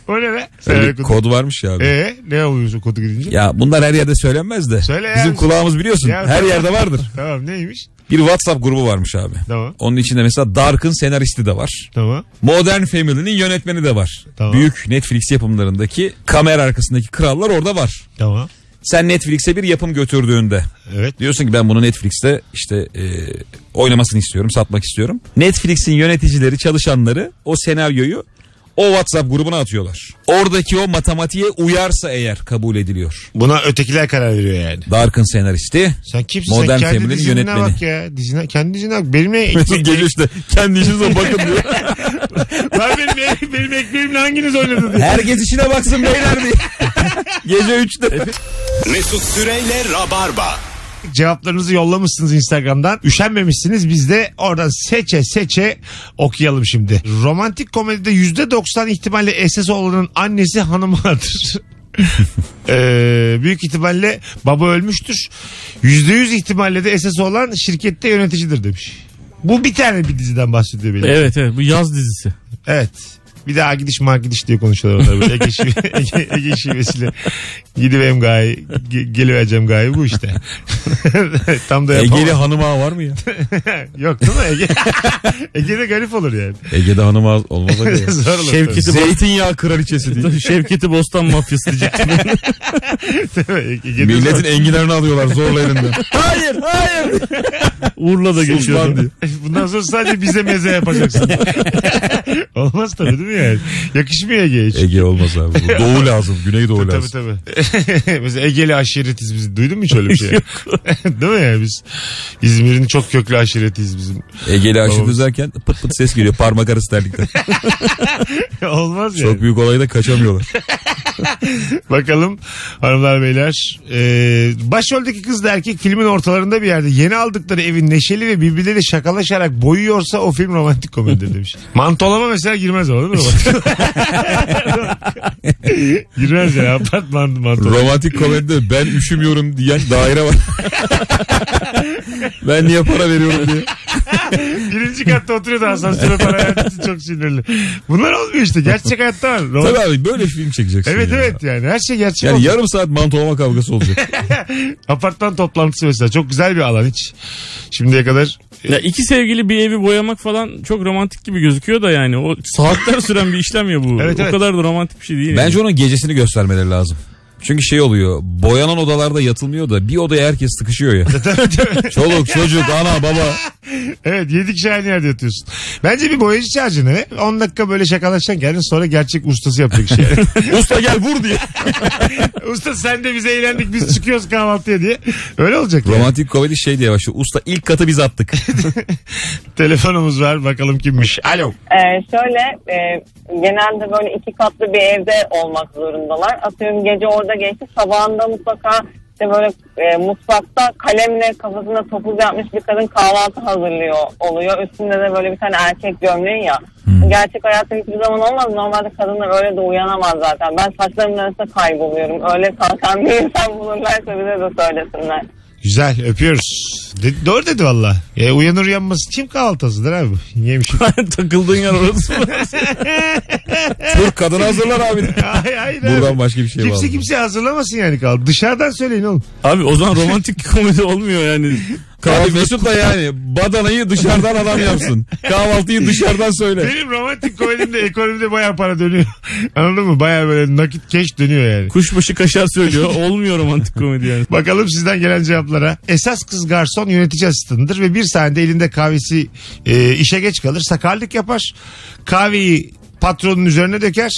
Speaker 2: O ne be? Sen kodu.
Speaker 3: Kod varmış ya abi.
Speaker 2: Ee, ne oluyorsun kodu gidince?
Speaker 3: Ya bunlar her yerde söylenmez de.
Speaker 2: Söyle
Speaker 3: Bizim
Speaker 2: yani.
Speaker 3: kulağımız biliyorsun.
Speaker 2: Ya-
Speaker 3: her yerde vardır.
Speaker 2: Tamam neymiş?
Speaker 3: Bir WhatsApp grubu varmış abi.
Speaker 2: Tamam.
Speaker 3: Onun içinde mesela Dark'ın senaristi de var.
Speaker 2: Tamam.
Speaker 3: Modern Family'nin yönetmeni de var.
Speaker 2: Tamam.
Speaker 3: Büyük Netflix yapımlarındaki kamera arkasındaki krallar orada var.
Speaker 2: Tamam.
Speaker 3: Sen Netflix'e bir yapım götürdüğünde
Speaker 2: Evet.
Speaker 3: diyorsun ki ben bunu Netflix'te işte e, oynamasını istiyorum, satmak istiyorum. Netflix'in yöneticileri, çalışanları o senaryoyu o WhatsApp grubuna atıyorlar. Oradaki o matematiğe uyarsa eğer kabul ediliyor.
Speaker 2: Buna ötekiler karar veriyor yani.
Speaker 3: Dark'ın <laughs> senaristi.
Speaker 2: Sen kimsin?
Speaker 3: Modern
Speaker 2: Sen kendi
Speaker 3: Family'nin
Speaker 2: dizine
Speaker 3: yönetmeni.
Speaker 2: bak ya. Dizine, kendi dizine bak. Benim, e- <laughs>
Speaker 3: Mesut geliyor işte kendi işinize bakın diyor.
Speaker 2: ben benim, e- benim ekmeğimle hanginiz oynadı diye.
Speaker 3: <laughs> Herkes işine baksın beyler <laughs> diye. Gece 3'te.
Speaker 1: Mesut Süreyle Rabarba.
Speaker 2: Cevaplarınızı yollamışsınız Instagram'dan. Üşenmemişsiniz. Biz de oradan seçe seçe okuyalım şimdi. Romantik komedide %90 ihtimalle esas olanın annesi hanımlardır. Ee, büyük ihtimalle baba ölmüştür. %100 ihtimalle de esas olan şirkette yöneticidir demiş. Bu bir tane bir diziden bahsediyor benim.
Speaker 4: Evet evet bu yaz dizisi.
Speaker 2: Evet. Bir daha gidiş mark gidiş diye konuşuyorlar onlar böyle. Ege, şive, Ege, Ege şivesiyle. Gidiveyim gayi. ge- Gelivereceğim gayi bu işte. <laughs> Tam da yapamam.
Speaker 3: Ege'li E, hanım ağa var mı ya?
Speaker 2: Yok değil mi Ege? <laughs> Ege'de garip olur yani.
Speaker 3: <laughs> Ege'de hanım ağa olmaz öyle <laughs>
Speaker 2: <laughs>
Speaker 3: ya.
Speaker 2: Zor olur.
Speaker 4: Şevki-
Speaker 3: Zeytinyağı kraliçesi diye.
Speaker 4: Tabii Şevketi Bostan mafyası
Speaker 2: <laughs>
Speaker 4: diyecektim.
Speaker 2: tabii. Ege'de
Speaker 3: <laughs> Milletin enginlerini alıyorlar zorla elinden. hayır hayır.
Speaker 4: Uğur'la da
Speaker 3: Sultan
Speaker 4: geçiyordu.
Speaker 3: diye.
Speaker 2: <laughs> Bundan sonra sadece bize meze
Speaker 3: <laughs>
Speaker 2: yapacaksın. Olmaz tabii değil mi yani? Yakışmıyor Ege'ye hiç.
Speaker 3: Ege olmaz abi. bu. <laughs> Doğu lazım. Güneydoğu
Speaker 2: Tabii
Speaker 3: lazım.
Speaker 2: tabii. <laughs> Mesela Ege'li aşiretiz biz. Duydun mu hiç öyle bir
Speaker 3: <laughs>
Speaker 2: şey? <laughs> Değil mi yani biz? İzmir'in çok köklü aşiretiyiz bizim. <laughs>
Speaker 3: Ege'li aşırı
Speaker 2: Babamız.
Speaker 3: düzerken pıt pıt ses geliyor parmak
Speaker 2: <laughs>
Speaker 3: arası terlikten.
Speaker 2: Olmaz yani.
Speaker 3: Çok büyük
Speaker 2: <laughs>
Speaker 3: olayda kaçamıyorlar.
Speaker 2: Bakalım hanımlar beyler. Ee, başroldeki kızla erkek filmin ortalarında bir yerde yeni aldıkları evin neşeli ve birbirleriyle şakalaşarak boyuyorsa o film romantik komedi
Speaker 3: <laughs>
Speaker 2: demiş. Mantolama mesela girmez ama değil mi? romantik? girmez ya apart mant mantolama.
Speaker 3: Romantik komedide ben üşümüyorum diyen daire var. ben niye para veriyorum diye.
Speaker 2: Birinci katta oturuyor da asansöre para verdiği için çok sinirli. Bunlar olmuyor işte gerçek hayatta var. Romantik-
Speaker 3: Tabii abi böyle film çekeceksin.
Speaker 2: Evet
Speaker 3: ya.
Speaker 2: evet yani her şey gerçek
Speaker 3: Yani
Speaker 2: oldu.
Speaker 3: yarım saat mantolama kavgası
Speaker 2: <laughs>
Speaker 3: olacak.
Speaker 2: Apartman toplantısı mesela çok güzel bir alan hiç. Şimdiye kadar
Speaker 4: Ya iki sevgili bir evi boyamak falan çok romantik gibi gözüküyor da yani. O saatler süren bir işlem ya bu.
Speaker 2: <laughs> Evet,
Speaker 4: o
Speaker 2: evet.
Speaker 4: kadar da romantik bir şey değil.
Speaker 3: Bence onun gecesini göstermeleri lazım. Çünkü şey oluyor. Boyanan odalarda yatılmıyor da bir odaya herkes
Speaker 2: <laughs>
Speaker 3: sıkışıyor ya. Çoluk çocuk ana baba.
Speaker 2: Evet yedik kişi aynı yerde yatıyorsun. Bence bir boyacı çağıracaksın eve. 10 dakika böyle şakalaşacaksın kendin sonra gerçek ustası yapacak şey.
Speaker 3: Usta gel vur diye.
Speaker 2: <laughs> Usta sen de biz eğlendik biz çıkıyoruz kahvaltıya diye. Öyle olacak yani.
Speaker 3: Romantik komedi şey diye başlıyor. Usta ilk katı biz attık.
Speaker 2: <laughs> Telefonumuz var bakalım kimmiş. Alo.
Speaker 10: Ee, şöyle e, genelde böyle iki katlı bir evde olmak zorundalar. Atıyorum gece orada geçti sabahında mutlaka işte böyle e, mutfakta kalemle kafasında topuz yapmış bir kadın kahvaltı hazırlıyor oluyor. Üstünde de böyle bir tane erkek gömleği ya. Gerçek hayatta hiçbir zaman olmaz. Normalde kadınlar öyle de uyanamaz zaten. Ben saçlarımın arasında kayboluyorum. Öyle kalkan bir insan bulurlarsa bize de söylesinler.
Speaker 2: Güzel öpüyoruz. De- doğru dedi valla. E, uyanır uyanması kim kahvaltı hazırlar abi? Yemişim.
Speaker 4: takıldığın
Speaker 2: <laughs>
Speaker 4: yer orası mı?
Speaker 3: Türk kadını hazırlar abi.
Speaker 2: hayır hayır abi.
Speaker 3: Buradan başka bir şey var.
Speaker 2: Kimse kimse hazırlamasın yani kahvaltı. Dışarıdan söyleyin oğlum.
Speaker 4: Abi o zaman romantik komedi olmuyor yani.
Speaker 3: Abi Mesut da yani badanayı dışarıdan
Speaker 2: <laughs>
Speaker 3: adam yapsın. Kahvaltıyı dışarıdan söyle.
Speaker 2: Benim romantik komedimde ekonomide bayağı para dönüyor. <laughs> Anladın mı? Bayağı böyle nakit keş dönüyor yani.
Speaker 4: Kuşbaşı kaşar söylüyor. Olmuyor romantik komedi yani.
Speaker 2: Bakalım sizden gelen cevaplara. Esas kız garson yönetici asistanıdır ve bir sahnede elinde kahvesi e, işe geç kalır. Sakarlık yapar. Kahveyi patronun üzerine döker.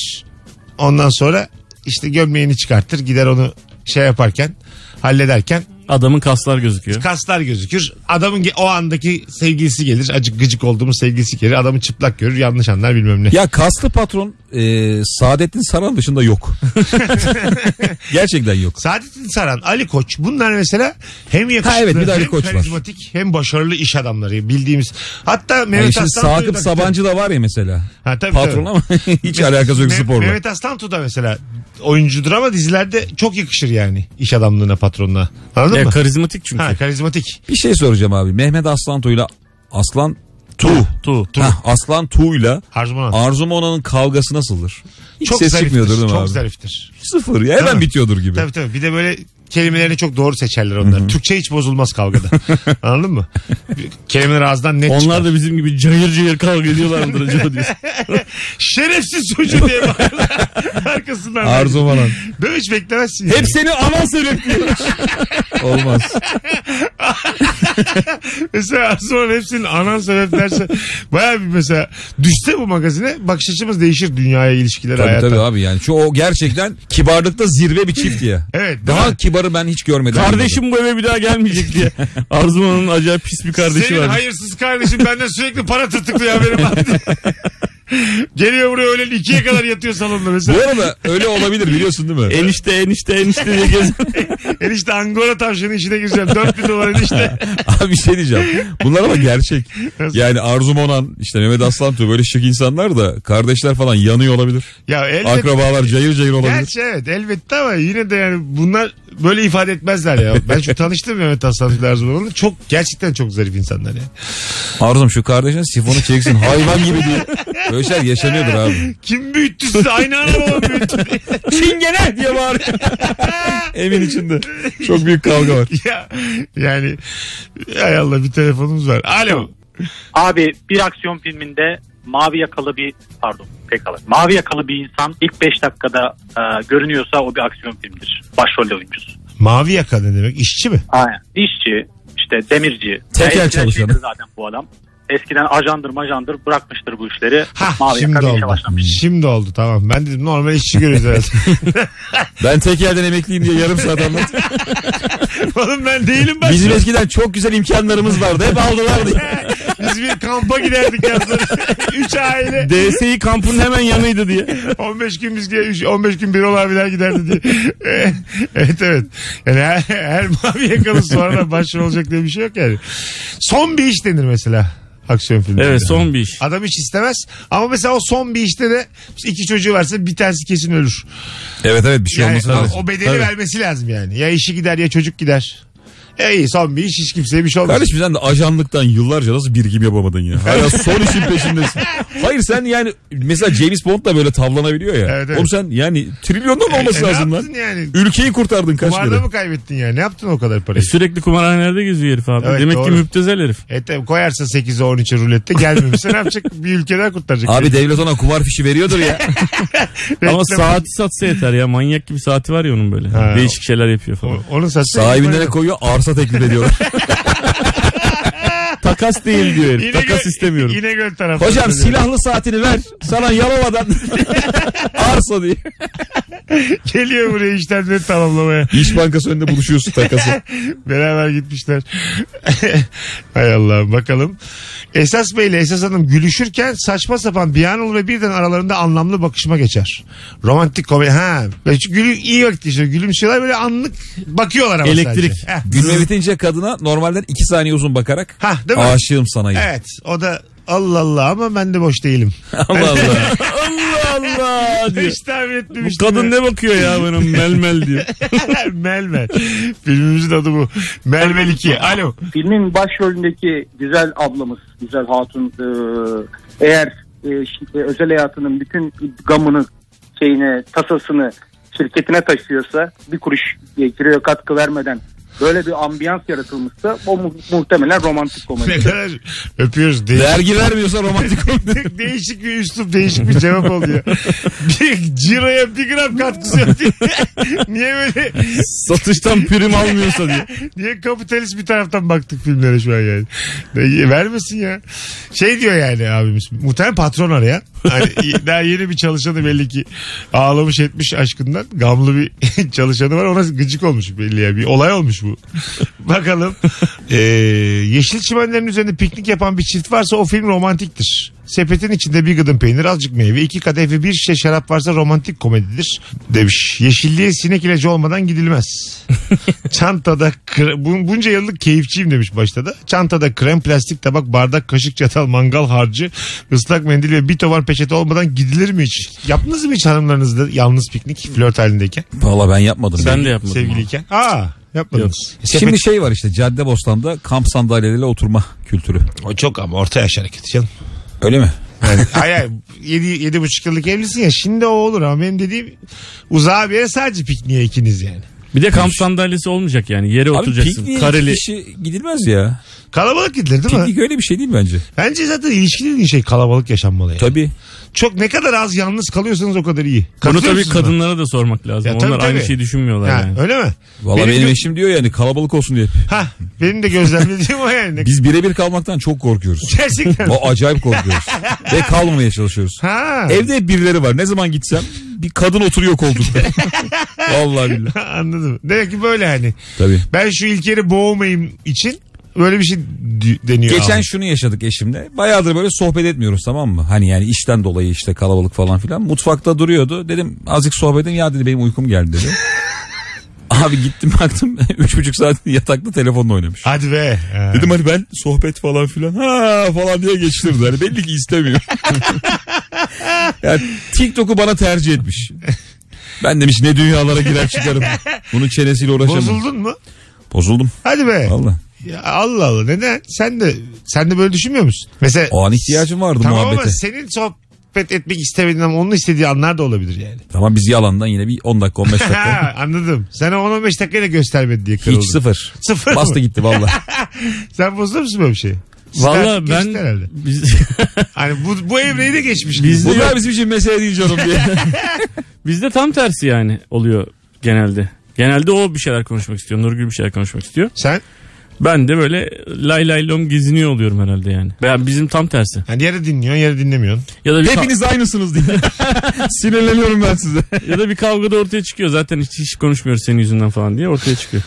Speaker 2: Ondan sonra işte gömleğini çıkartır. Gider onu şey yaparken hallederken
Speaker 4: Adamın kaslar gözüküyor.
Speaker 2: kaslar gözükür. Adamın ge- o andaki sevgilisi gelir. Acık gıcık olduğumuz sevgilisi gelir. Adamı çıplak görür. Yanlış anlar bilmem ne.
Speaker 3: Ya kaslı patron e, Saadettin Saran
Speaker 2: <laughs>
Speaker 3: dışında yok. Gerçekten yok.
Speaker 2: Saadettin Saran, Ali Koç bunlar mesela hem yakışıklı
Speaker 3: Ha evet, bir de Ali
Speaker 2: hem
Speaker 3: Koç var.
Speaker 2: karizmatik hem başarılı iş adamları bildiğimiz. Hatta
Speaker 3: Yani
Speaker 2: Mehmet
Speaker 3: şimdi
Speaker 2: Aslan Tuğ'yu
Speaker 3: Sakıp
Speaker 2: da-
Speaker 3: Sabancı da var ya mesela.
Speaker 2: Ha, tabii,
Speaker 3: Patron
Speaker 2: tabii.
Speaker 3: ama <laughs> hiç alakası yok
Speaker 2: Me-
Speaker 3: sporla.
Speaker 2: Mehmet Aslantu da mesela oyuncudur ama dizilerde çok yakışır yani iş adamlığına patronluğa. Anladın
Speaker 4: Ya
Speaker 2: mı?
Speaker 4: karizmatik çünkü.
Speaker 2: Ha karizmatik.
Speaker 3: Bir şey soracağım abi. Mehmet Aslan ile Aslan Tu.
Speaker 4: Tu.
Speaker 3: Hah, Aslan Tuğ'yla
Speaker 2: Harcımana.
Speaker 3: Arzu Mona'nın kavgası nasıldır? Hiç
Speaker 2: çok
Speaker 3: ses
Speaker 2: zariftir.
Speaker 3: çıkmıyordur değil mi
Speaker 2: çok
Speaker 3: abi?
Speaker 2: zariftir.
Speaker 3: Sıfır ya hemen
Speaker 2: mi?
Speaker 3: bitiyordur gibi.
Speaker 2: Tabii tabii. Bir de böyle kelimelerini çok doğru seçerler onlar. Türkçe hiç bozulmaz
Speaker 3: <laughs>
Speaker 2: kavgada. Anladın mı? Kelimeler ağızdan net çıkar.
Speaker 4: Onlar da bizim gibi cayır cayır kavga ediyorlardır
Speaker 2: <laughs>
Speaker 4: acaba diyorsun.
Speaker 2: Şerefsiz çocuğu diye
Speaker 3: <laughs>
Speaker 2: bağırırlar. Arkasından.
Speaker 3: Arzu Monan.
Speaker 2: Böyle hiç beklemezsin. yani.
Speaker 3: Hep seni aman sebep diyor. <laughs> Olmaz.
Speaker 2: Mesela az sonra hepsinin anan sebep derse baya bir mesela düşse bu magazine bakış açımız değişir dünyaya ilişkiler
Speaker 3: Tabii
Speaker 2: hayata.
Speaker 3: tabii abi yani. Şu o gerçekten kibarlıkta zirve bir çift ya.
Speaker 2: Evet, değil
Speaker 3: Daha
Speaker 2: mi?
Speaker 3: kibarı ben hiç görmedim.
Speaker 4: Kardeşim bu eve bir daha
Speaker 2: <laughs>
Speaker 4: gelmeyecek diye. Arzuman'ın acayip pis bir kardeşi
Speaker 2: Senin
Speaker 4: var.
Speaker 2: hayırsız kardeşim benden sürekli para tırtıklıyor haberim var.
Speaker 3: <laughs>
Speaker 2: Geliyor buraya öğlen ikiye kadar yatıyor salonda
Speaker 3: Bu
Speaker 2: mesela.
Speaker 3: arada öyle olabilir biliyorsun değil mi?
Speaker 4: Enişte enişte enişte diye gez.
Speaker 2: Enişte Angora tavşanı işine gireceğim. 4000 dolar
Speaker 3: <laughs>
Speaker 2: enişte.
Speaker 3: <laughs> Abi bir şey diyeceğim. Bunlar ama gerçek.
Speaker 2: Nasıl?
Speaker 3: Yani Arzu Monan, işte Mehmet Aslantu böyle şık insanlar da kardeşler falan yanıyor olabilir.
Speaker 2: Ya elbette.
Speaker 3: Akrabalar cayır cayır olabilir.
Speaker 2: Gerçi evet elbette ama yine de yani bunlar böyle ifade etmezler ya. Ben şu tanıştım Mehmet Aslan ile Arzu Baran'ı. Çok gerçekten çok zarif insanlar ya.
Speaker 3: Arzum şu kardeşin sifonu çeksin hayvan gibi diye. Böyle şeyler yaşanıyordur abi.
Speaker 2: Kim büyüttü sizi? Aynı ana baba büyüttü.
Speaker 3: Çingene diye bağırıyor. <laughs> Evin içinde. Çok büyük kavga var.
Speaker 2: ya, yani ay Allah bir telefonumuz var. Alo.
Speaker 7: Abi bir aksiyon filminde mavi yakalı bir pardon pekala. Mavi yakalı bir insan ilk 5 dakikada e, görünüyorsa o bir aksiyon filmidir. Başrol oyuncusu.
Speaker 2: Mavi yaka ne demek? İşçi mi?
Speaker 7: Aynen. İşçi, işte demirci.
Speaker 3: Tekel
Speaker 7: Ya eskiden
Speaker 3: çalışanı.
Speaker 7: şeydir Zaten bu adam. Eskiden ajandır majandır bırakmıştır bu işleri.
Speaker 2: Ha
Speaker 7: mavi
Speaker 2: şimdi
Speaker 7: yakalı işe
Speaker 2: oldu.
Speaker 7: başlamış.
Speaker 2: Şimdi oldu tamam. Ben dedim normal işçi görüyoruz
Speaker 7: <laughs>
Speaker 2: herhalde.
Speaker 3: Ben tek yerden emekliyim diye yarım saat anlat.
Speaker 2: Oğlum ben değilim ben.
Speaker 3: Bizim eskiden çok güzel imkanlarımız vardı. Hep aldılar diye.
Speaker 2: <laughs> Biz bir kampa giderdik yazları. <laughs> Üç aile.
Speaker 4: DSI kampının hemen yanıydı diye.
Speaker 2: 15 gün biz üç- 15 gün bir ol abiler giderdi diye. <laughs> evet evet. Yani her, her mavi yakalı sonra başrol olacak diye bir şey yok yani. Son bir iş denir mesela aksiyon filmlerinde.
Speaker 4: Evet son bir iş.
Speaker 2: Adam hiç istemez ama mesela o son bir işte de iki çocuğu varsa bir tanesi kesin ölür.
Speaker 3: Evet evet bir şey
Speaker 2: Yani
Speaker 3: olması lazım.
Speaker 2: o bedeli
Speaker 3: Tabii.
Speaker 2: vermesi lazım yani. Ya işi gider ya çocuk gider. E iyi son bir iş hiç kimseye bir şey olmaz.
Speaker 3: Kardeşim sen de ajanlıktan yıllarca nasıl birikim yapamadın ya? Hala son işin peşindesin. Hayır sen yani mesela James Bond da böyle tavlanabiliyor ya.
Speaker 2: Evet, evet.
Speaker 3: Oğlum sen yani trilyondan olması
Speaker 2: E, ne
Speaker 3: lazım lan.
Speaker 2: yaptın yani?
Speaker 3: Ülkeyi kurtardın kaç
Speaker 2: Kumarda
Speaker 3: kere.
Speaker 2: mı kaybettin yani? Ne yaptın o kadar
Speaker 4: E,
Speaker 2: parayı?
Speaker 4: sürekli kumarhanelerde geziyor herif abi.
Speaker 2: Evet,
Speaker 4: Demek
Speaker 2: doğru.
Speaker 4: ki müptezel herif.
Speaker 2: E tabii koyarsa 8'e 13'e rulette gelmemişse ne
Speaker 4: <laughs>
Speaker 2: yapacak? Bir ülkeden kurtaracak.
Speaker 3: Abi devlet ona kumar fişi veriyordur ya. <laughs>
Speaker 2: Reklam-
Speaker 4: Ama saati satsa yeter ya. Manyak gibi saati var ya onun böyle.
Speaker 2: Ha.
Speaker 4: Değişik şeyler yapıyor falan.
Speaker 2: O- Onu satsa
Speaker 3: Sahibinden koyuyor arsa teklif <laughs> ediyorlar.
Speaker 4: Takas değil diyor herif. Takas istemiyorum.
Speaker 2: İnegöl tarafı.
Speaker 3: Hocam silahlı saatini ver. Sana Yalova'dan <laughs> arsa diye.
Speaker 2: Geliyor buraya işlemleri tamamlamaya.
Speaker 3: İş Bankası önünde buluşuyorsun <laughs> takası.
Speaker 2: Beraber gitmişler. <laughs> Hay Allah bakalım. Esas Bey ile Esas Hanım gülüşürken saçma sapan bir an olur ve birden aralarında anlamlı bakışma geçer. Romantik komedi. Ha. Böyle çünkü Gülü, iyi vakit işte. Gülümsüyorlar böyle anlık bakıyorlar ama
Speaker 4: Elektrik.
Speaker 2: sadece. Heh.
Speaker 3: Gülme bitince kadına normalden 2 saniye uzun bakarak
Speaker 2: Hah, değil mi?
Speaker 3: aşığım sana. ya.
Speaker 2: Evet o da Allah Allah ama ben de boş
Speaker 4: <laughs>
Speaker 2: değilim.
Speaker 3: <laughs> Allah Allah.
Speaker 4: Allah <laughs> Allah diyor.
Speaker 2: Hiç tahmin
Speaker 4: Bu
Speaker 2: etmemiştim.
Speaker 4: kadın ne bakıyor ya bana melmel diyor.
Speaker 2: <laughs> Melmel. Filmimizin adı bu. Melmel 2. Alo.
Speaker 11: filmin başrolündeki güzel ablamız, güzel hatun e, eğer e, şi- e, özel hayatının bütün gamını, şeyini, tasasını şirketine taşıyorsa bir kuruş e, kiloya katkı vermeden böyle bir ambiyans yaratılmışsa o mu- muhtemelen romantik
Speaker 2: Ne
Speaker 11: komedi.
Speaker 2: kadar öpüyoruz. Değişik,
Speaker 3: <laughs> Vergi vermiyorsa romantik <laughs>
Speaker 2: <laughs>
Speaker 3: komedi.
Speaker 2: değişik bir üslup, değişik bir cevap oluyor. <laughs> Bir ciroya bir gram katkısı yok <laughs> diye. niye böyle,
Speaker 4: Satıştan prim almıyorsa diyor.
Speaker 2: niye kapitalist bir taraftan baktık filmlere şu an yani. Ne- Vermesin ya. Şey diyor yani abimiz. Muhtemelen patron arayan. Hani daha yeni bir çalışanı belli ki ağlamış etmiş aşkından. Gamlı bir <laughs> çalışanı var. Ona gıcık olmuş belli ya. Bir olay olmuş bu. <laughs> Bakalım. Ee, yeşil çimenlerin üzerinde piknik yapan bir çift varsa o film romantiktir. Sepetin içinde bir gıdım peynir, azıcık meyve, iki kadeh ve bir şişe şarap varsa romantik komedidir demiş. Yeşilliğe sinek ilacı olmadan gidilmez. Çantada kre- bun- bunca yıllık keyifçiyim demiş başta da. Çantada krem, plastik tabak, bardak, kaşık, çatal, mangal harcı, ıslak mendil ve bir tovar peçete olmadan gidilir mi hiç? Yaptınız mı hiç hanımlarınızla yalnız piknik flört halindeyken,
Speaker 3: Valla ben yapmadım.
Speaker 4: Ben de yapmadım.
Speaker 2: sevgiliyken? Aa yapmadınız. Sepet-
Speaker 3: Şimdi şey var işte cadde bostanında kamp sandalyeleriyle oturma kültürü.
Speaker 2: O çok ama orta yaş hareketi canım.
Speaker 3: Öyle mi?
Speaker 2: Yani, ay ay, yedi, yedi buçuk yıllık evlisin ya şimdi o olur ama benim dediğim uzağa bir yere sadece pikniğe ikiniz yani.
Speaker 4: Bir de kamp sandalyesi olmayacak yani. Yere
Speaker 3: Abi
Speaker 4: oturacaksın.
Speaker 3: pikniğe
Speaker 4: Kareli.
Speaker 3: iki kişi gidilmez ya.
Speaker 2: Kalabalık gidilir değil mi?
Speaker 3: Piknik öyle bir şey değil bence.
Speaker 2: Bence zaten ilişki dediğin şey kalabalık yaşanmalı yani.
Speaker 3: Tabii.
Speaker 2: Çok ne kadar az yalnız kalıyorsanız o kadar iyi.
Speaker 4: Bunu
Speaker 2: Katılıyor
Speaker 4: tabii
Speaker 2: musunuz buna?
Speaker 4: kadınlara da sormak lazım.
Speaker 2: Ya
Speaker 4: Onlar
Speaker 2: tabii,
Speaker 4: aynı
Speaker 2: tabii.
Speaker 4: şeyi düşünmüyorlar
Speaker 2: Ha,
Speaker 4: yani.
Speaker 2: Öyle mi?
Speaker 3: Valla
Speaker 2: Benim
Speaker 3: benim,
Speaker 2: gö-
Speaker 3: eşim diyor yani kalabalık olsun diye.
Speaker 2: Ha, benim de gözlemlediğim o yani.
Speaker 3: <laughs> Biz birebir kalmaktan çok korkuyoruz.
Speaker 2: <laughs>
Speaker 3: <laughs>
Speaker 2: Gerçekten.
Speaker 3: O acayip korkuyoruz. Ve kalmamaya çalışıyoruz.
Speaker 2: ha.
Speaker 3: Evde hep birileri var. Ne zaman gitsem bir kadın oturuyor koltukta. Vallahi billahi.
Speaker 2: Anladım. Demek ki böyle hani.
Speaker 3: Tabii.
Speaker 2: Ben şu ilkeri boğmayayım için böyle bir şey d- deniyor.
Speaker 3: Geçen
Speaker 2: abi.
Speaker 3: şunu yaşadık eşimle. Bayağıdır böyle sohbet etmiyoruz tamam mı? Hani yani işten dolayı işte kalabalık falan filan. Mutfakta duruyordu. Dedim azıcık sohbet edin ya dedi benim uykum geldi dedi. Abi gittim baktım <laughs> üç buçuk saat yatakta telefonla oynamış.
Speaker 2: Hadi be. Ha.
Speaker 3: Dedim hani ben sohbet falan filan ha falan diye geçtirdi. Hani belli <laughs> ki istemiyor. yani TikTok'u bana tercih etmiş. Ben demiş ne dünyalara girer çıkarım. Bunun çenesiyle uğraşamam.
Speaker 2: Bozuldun mu?
Speaker 3: Bozuldum.
Speaker 2: Hadi be.
Speaker 3: Valla.
Speaker 2: Ya Allah Allah neden? Sen de sen de böyle düşünmüyor musun? Mesela
Speaker 3: O an ihtiyacım vardı
Speaker 2: tamam
Speaker 3: muhabbete.
Speaker 2: ama senin sohbet etmek istemediğin ama onun istediği anlar da olabilir yani.
Speaker 3: Tamam biz yalandan yine bir 10 dakika 15 <laughs> dakika.
Speaker 2: Ha, anladım. Sen o 10-15 dakikayla göstermedi diye kırıldın.
Speaker 3: Hiç sıfır.
Speaker 2: Sıfır mı?
Speaker 3: Bastı gitti <laughs> valla.
Speaker 2: Sen bozdun musun böyle bir şey?
Speaker 4: Valla
Speaker 2: Geçti
Speaker 4: ben
Speaker 2: herhalde.
Speaker 4: biz, <laughs>
Speaker 2: Hani bu, bu evreyi de geçmiş.
Speaker 4: Bizde
Speaker 3: Bunlar bizim için mesele değil canım <laughs> diye.
Speaker 4: bizde tam tersi yani oluyor genelde. Genelde o bir şeyler konuşmak istiyor. Nurgül bir şeyler konuşmak istiyor.
Speaker 2: Sen
Speaker 4: Ben de böyle lay lay lom geziniyor oluyorum herhalde yani. Ben bizim tam tersi.
Speaker 2: hani yarı dinliyorsun yarı dinlemiyorsun.
Speaker 4: Ya da bir, ka-
Speaker 3: Hepiniz aynısınız <laughs> diye. Sinirleniyorum ben size.
Speaker 4: ya da bir kavgada ortaya çıkıyor. Zaten hiç, hiç konuşmuyoruz senin yüzünden falan diye ortaya çıkıyor.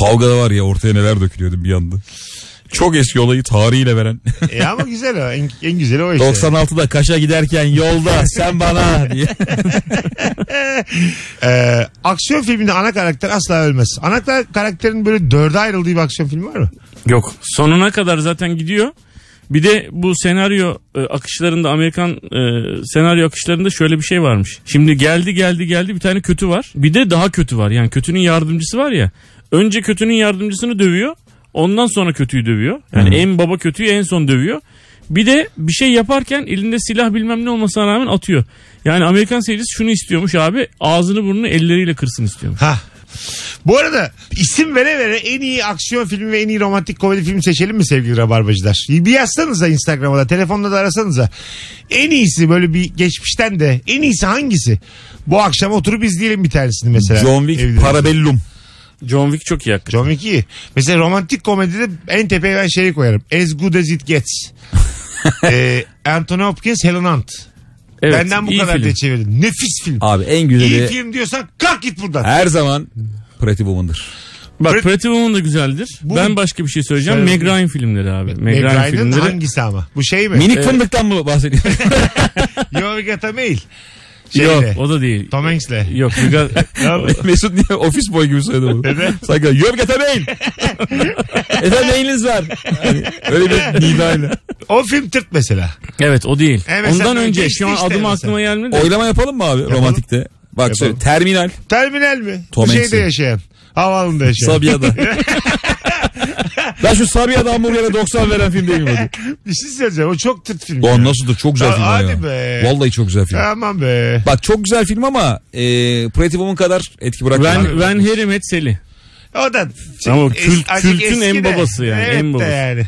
Speaker 3: Kavgada var ya ortaya neler dökülüyordu bir anda. Çok eski olayı tarihiyle veren.
Speaker 2: E ama güzel o. En, en güzeli o işte.
Speaker 3: 96'da Kaş'a
Speaker 2: <laughs>
Speaker 3: giderken yolda sen bana diye.
Speaker 2: Ee, aksiyon filminde ana karakter asla ölmez. Ana ka- karakterin böyle dörde ayrıldığı bir aksiyon filmi var mı?
Speaker 4: Yok. Sonuna kadar zaten gidiyor. Bir de bu senaryo e, akışlarında Amerikan e, senaryo akışlarında şöyle bir şey varmış. Şimdi geldi geldi geldi bir tane kötü var. Bir de daha kötü var. Yani kötünün yardımcısı var ya. Önce kötünün yardımcısını dövüyor. Ondan sonra kötüyü dövüyor. Yani en baba kötüyü en son dövüyor. Bir de bir şey yaparken elinde silah bilmem ne olmasına rağmen atıyor. Yani Amerikan seyircisi şunu istiyormuş abi. Ağzını burnunu elleriyle kırsın istiyormuş.
Speaker 2: Ha. Bu arada isim vere vere en iyi aksiyon filmi ve en iyi romantik komedi filmi seçelim mi sevgili rabarbacılar? Bir yazsanıza Instagram'a da telefonla da arasanıza. En iyisi böyle bir geçmişten de en iyisi hangisi? Bu akşam oturup izleyelim bir tanesini mesela.
Speaker 3: John Wick
Speaker 2: Evde.
Speaker 3: Parabellum.
Speaker 4: John Wick çok iyi hakikaten.
Speaker 2: John Wick iyi. Mesela romantik komedide en tepeye ben şeyi koyarım. As Good As It
Speaker 4: <laughs>
Speaker 2: Gets. ee, Anthony Hopkins, Helen Hunt.
Speaker 4: Evet,
Speaker 2: Benden bu
Speaker 4: iyi
Speaker 2: kadar
Speaker 4: film.
Speaker 2: diye çevirdim. Nefis film.
Speaker 3: Abi en
Speaker 2: iyi
Speaker 3: güzeli
Speaker 2: film diyorsan kalk git buradan.
Speaker 3: her zaman Pretty Woman'dır.
Speaker 4: Bak
Speaker 2: Pret-
Speaker 4: Pretty Woman da güzeldir.
Speaker 2: Bu-
Speaker 4: ben başka bir şey söyleyeceğim.
Speaker 2: Söyle
Speaker 4: Meg Ryan filmleri abi. Meg
Speaker 2: Meg
Speaker 4: Ryan
Speaker 2: Ryan'ın
Speaker 4: filmleri.
Speaker 2: hangisi ama? Bu şey mi?
Speaker 3: Minik fındıktan
Speaker 2: <laughs>
Speaker 3: mı bahsediyorsun? <laughs>
Speaker 2: Yo Gata Mail.
Speaker 4: Yok
Speaker 2: Şeyle.
Speaker 4: o da değil.
Speaker 2: Tom Hanks'le.
Speaker 4: Yok you got-
Speaker 3: Mesut niye ofis boy gibi söyledi bunu?
Speaker 2: Neden?
Speaker 3: Sanki
Speaker 2: <laughs>
Speaker 3: yörgete mail. Efendim mailiniz var. Yani öyle
Speaker 2: <laughs>
Speaker 3: bir nidayla.
Speaker 2: O film tırt mesela.
Speaker 4: <laughs> evet o değil.
Speaker 2: E, mesela
Speaker 4: Ondan
Speaker 2: böyle
Speaker 4: önce
Speaker 2: geçti
Speaker 4: şu an
Speaker 2: işte
Speaker 4: adım
Speaker 2: mesela.
Speaker 4: aklıma gelmedi. de.
Speaker 3: Oylama yapalım mı abi romantikte? Bak söyle terminal
Speaker 2: Terminal mi?
Speaker 3: Tom
Speaker 2: Bu şeyde
Speaker 3: Hanks'in.
Speaker 2: yaşayan. Havalında yaşayan.
Speaker 3: Sabiha'da. ben şu Sabiha'da hamburgere 90 veren film değil mi?
Speaker 2: <laughs> Bir şey söyleyeceğim. O çok tırt film.
Speaker 3: bu?
Speaker 2: ya.
Speaker 3: Lan nasıldır çok güzel
Speaker 2: Ya
Speaker 3: film o
Speaker 2: hadi
Speaker 3: ya.
Speaker 2: be.
Speaker 3: Vallahi çok güzel film.
Speaker 2: Aman be.
Speaker 3: Bak çok güzel film ama e, Pretty Woman kadar etki bırakmıyor.
Speaker 4: Van, Van Harry
Speaker 2: <laughs>
Speaker 4: Met Sally.
Speaker 2: O da
Speaker 4: Ama o
Speaker 2: Es-
Speaker 4: kült-
Speaker 2: azıcık
Speaker 4: kültün
Speaker 2: eski de.
Speaker 4: en babası yani,
Speaker 2: Evet
Speaker 4: en
Speaker 2: de
Speaker 4: babası.
Speaker 2: yani.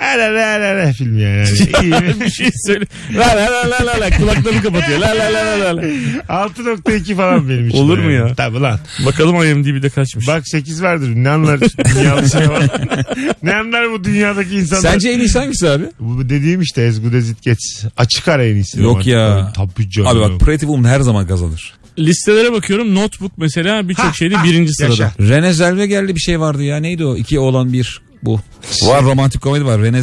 Speaker 2: Ara ara ara ara film yani.
Speaker 4: <laughs>
Speaker 2: yani.
Speaker 4: bir şey söyle. La la la la la la. Kulaklarını kapatıyor. La la la la la.
Speaker 2: 6.2 falan benim için.
Speaker 4: Olur mu
Speaker 2: yani.
Speaker 4: ya?
Speaker 2: Tabii lan.
Speaker 4: Bakalım IMDb'de kaçmış.
Speaker 2: Bak 8 vardır. Ne
Speaker 4: <laughs>
Speaker 2: anlar dünyalı şey var. ne anlar bu dünyadaki insanlar.
Speaker 3: Sence en iyisi hangisi abi?
Speaker 2: Bu dediğim işte as good as it gets. Açık ara en iyisi.
Speaker 3: Yok ya.
Speaker 2: Tabii, Tabii canım.
Speaker 3: Abi bak Pretty Woman her zaman kazanır.
Speaker 4: Listelere bakıyorum. Notebook mesela
Speaker 2: Ha,
Speaker 4: birçok şeyde
Speaker 2: ha,
Speaker 4: birinci
Speaker 2: yaşa.
Speaker 4: sırada.
Speaker 3: Rene Zellweger'li bir şey vardı ya. Neydi o? İki oğlan bir bu. Var romantik komedi var. Rene <laughs>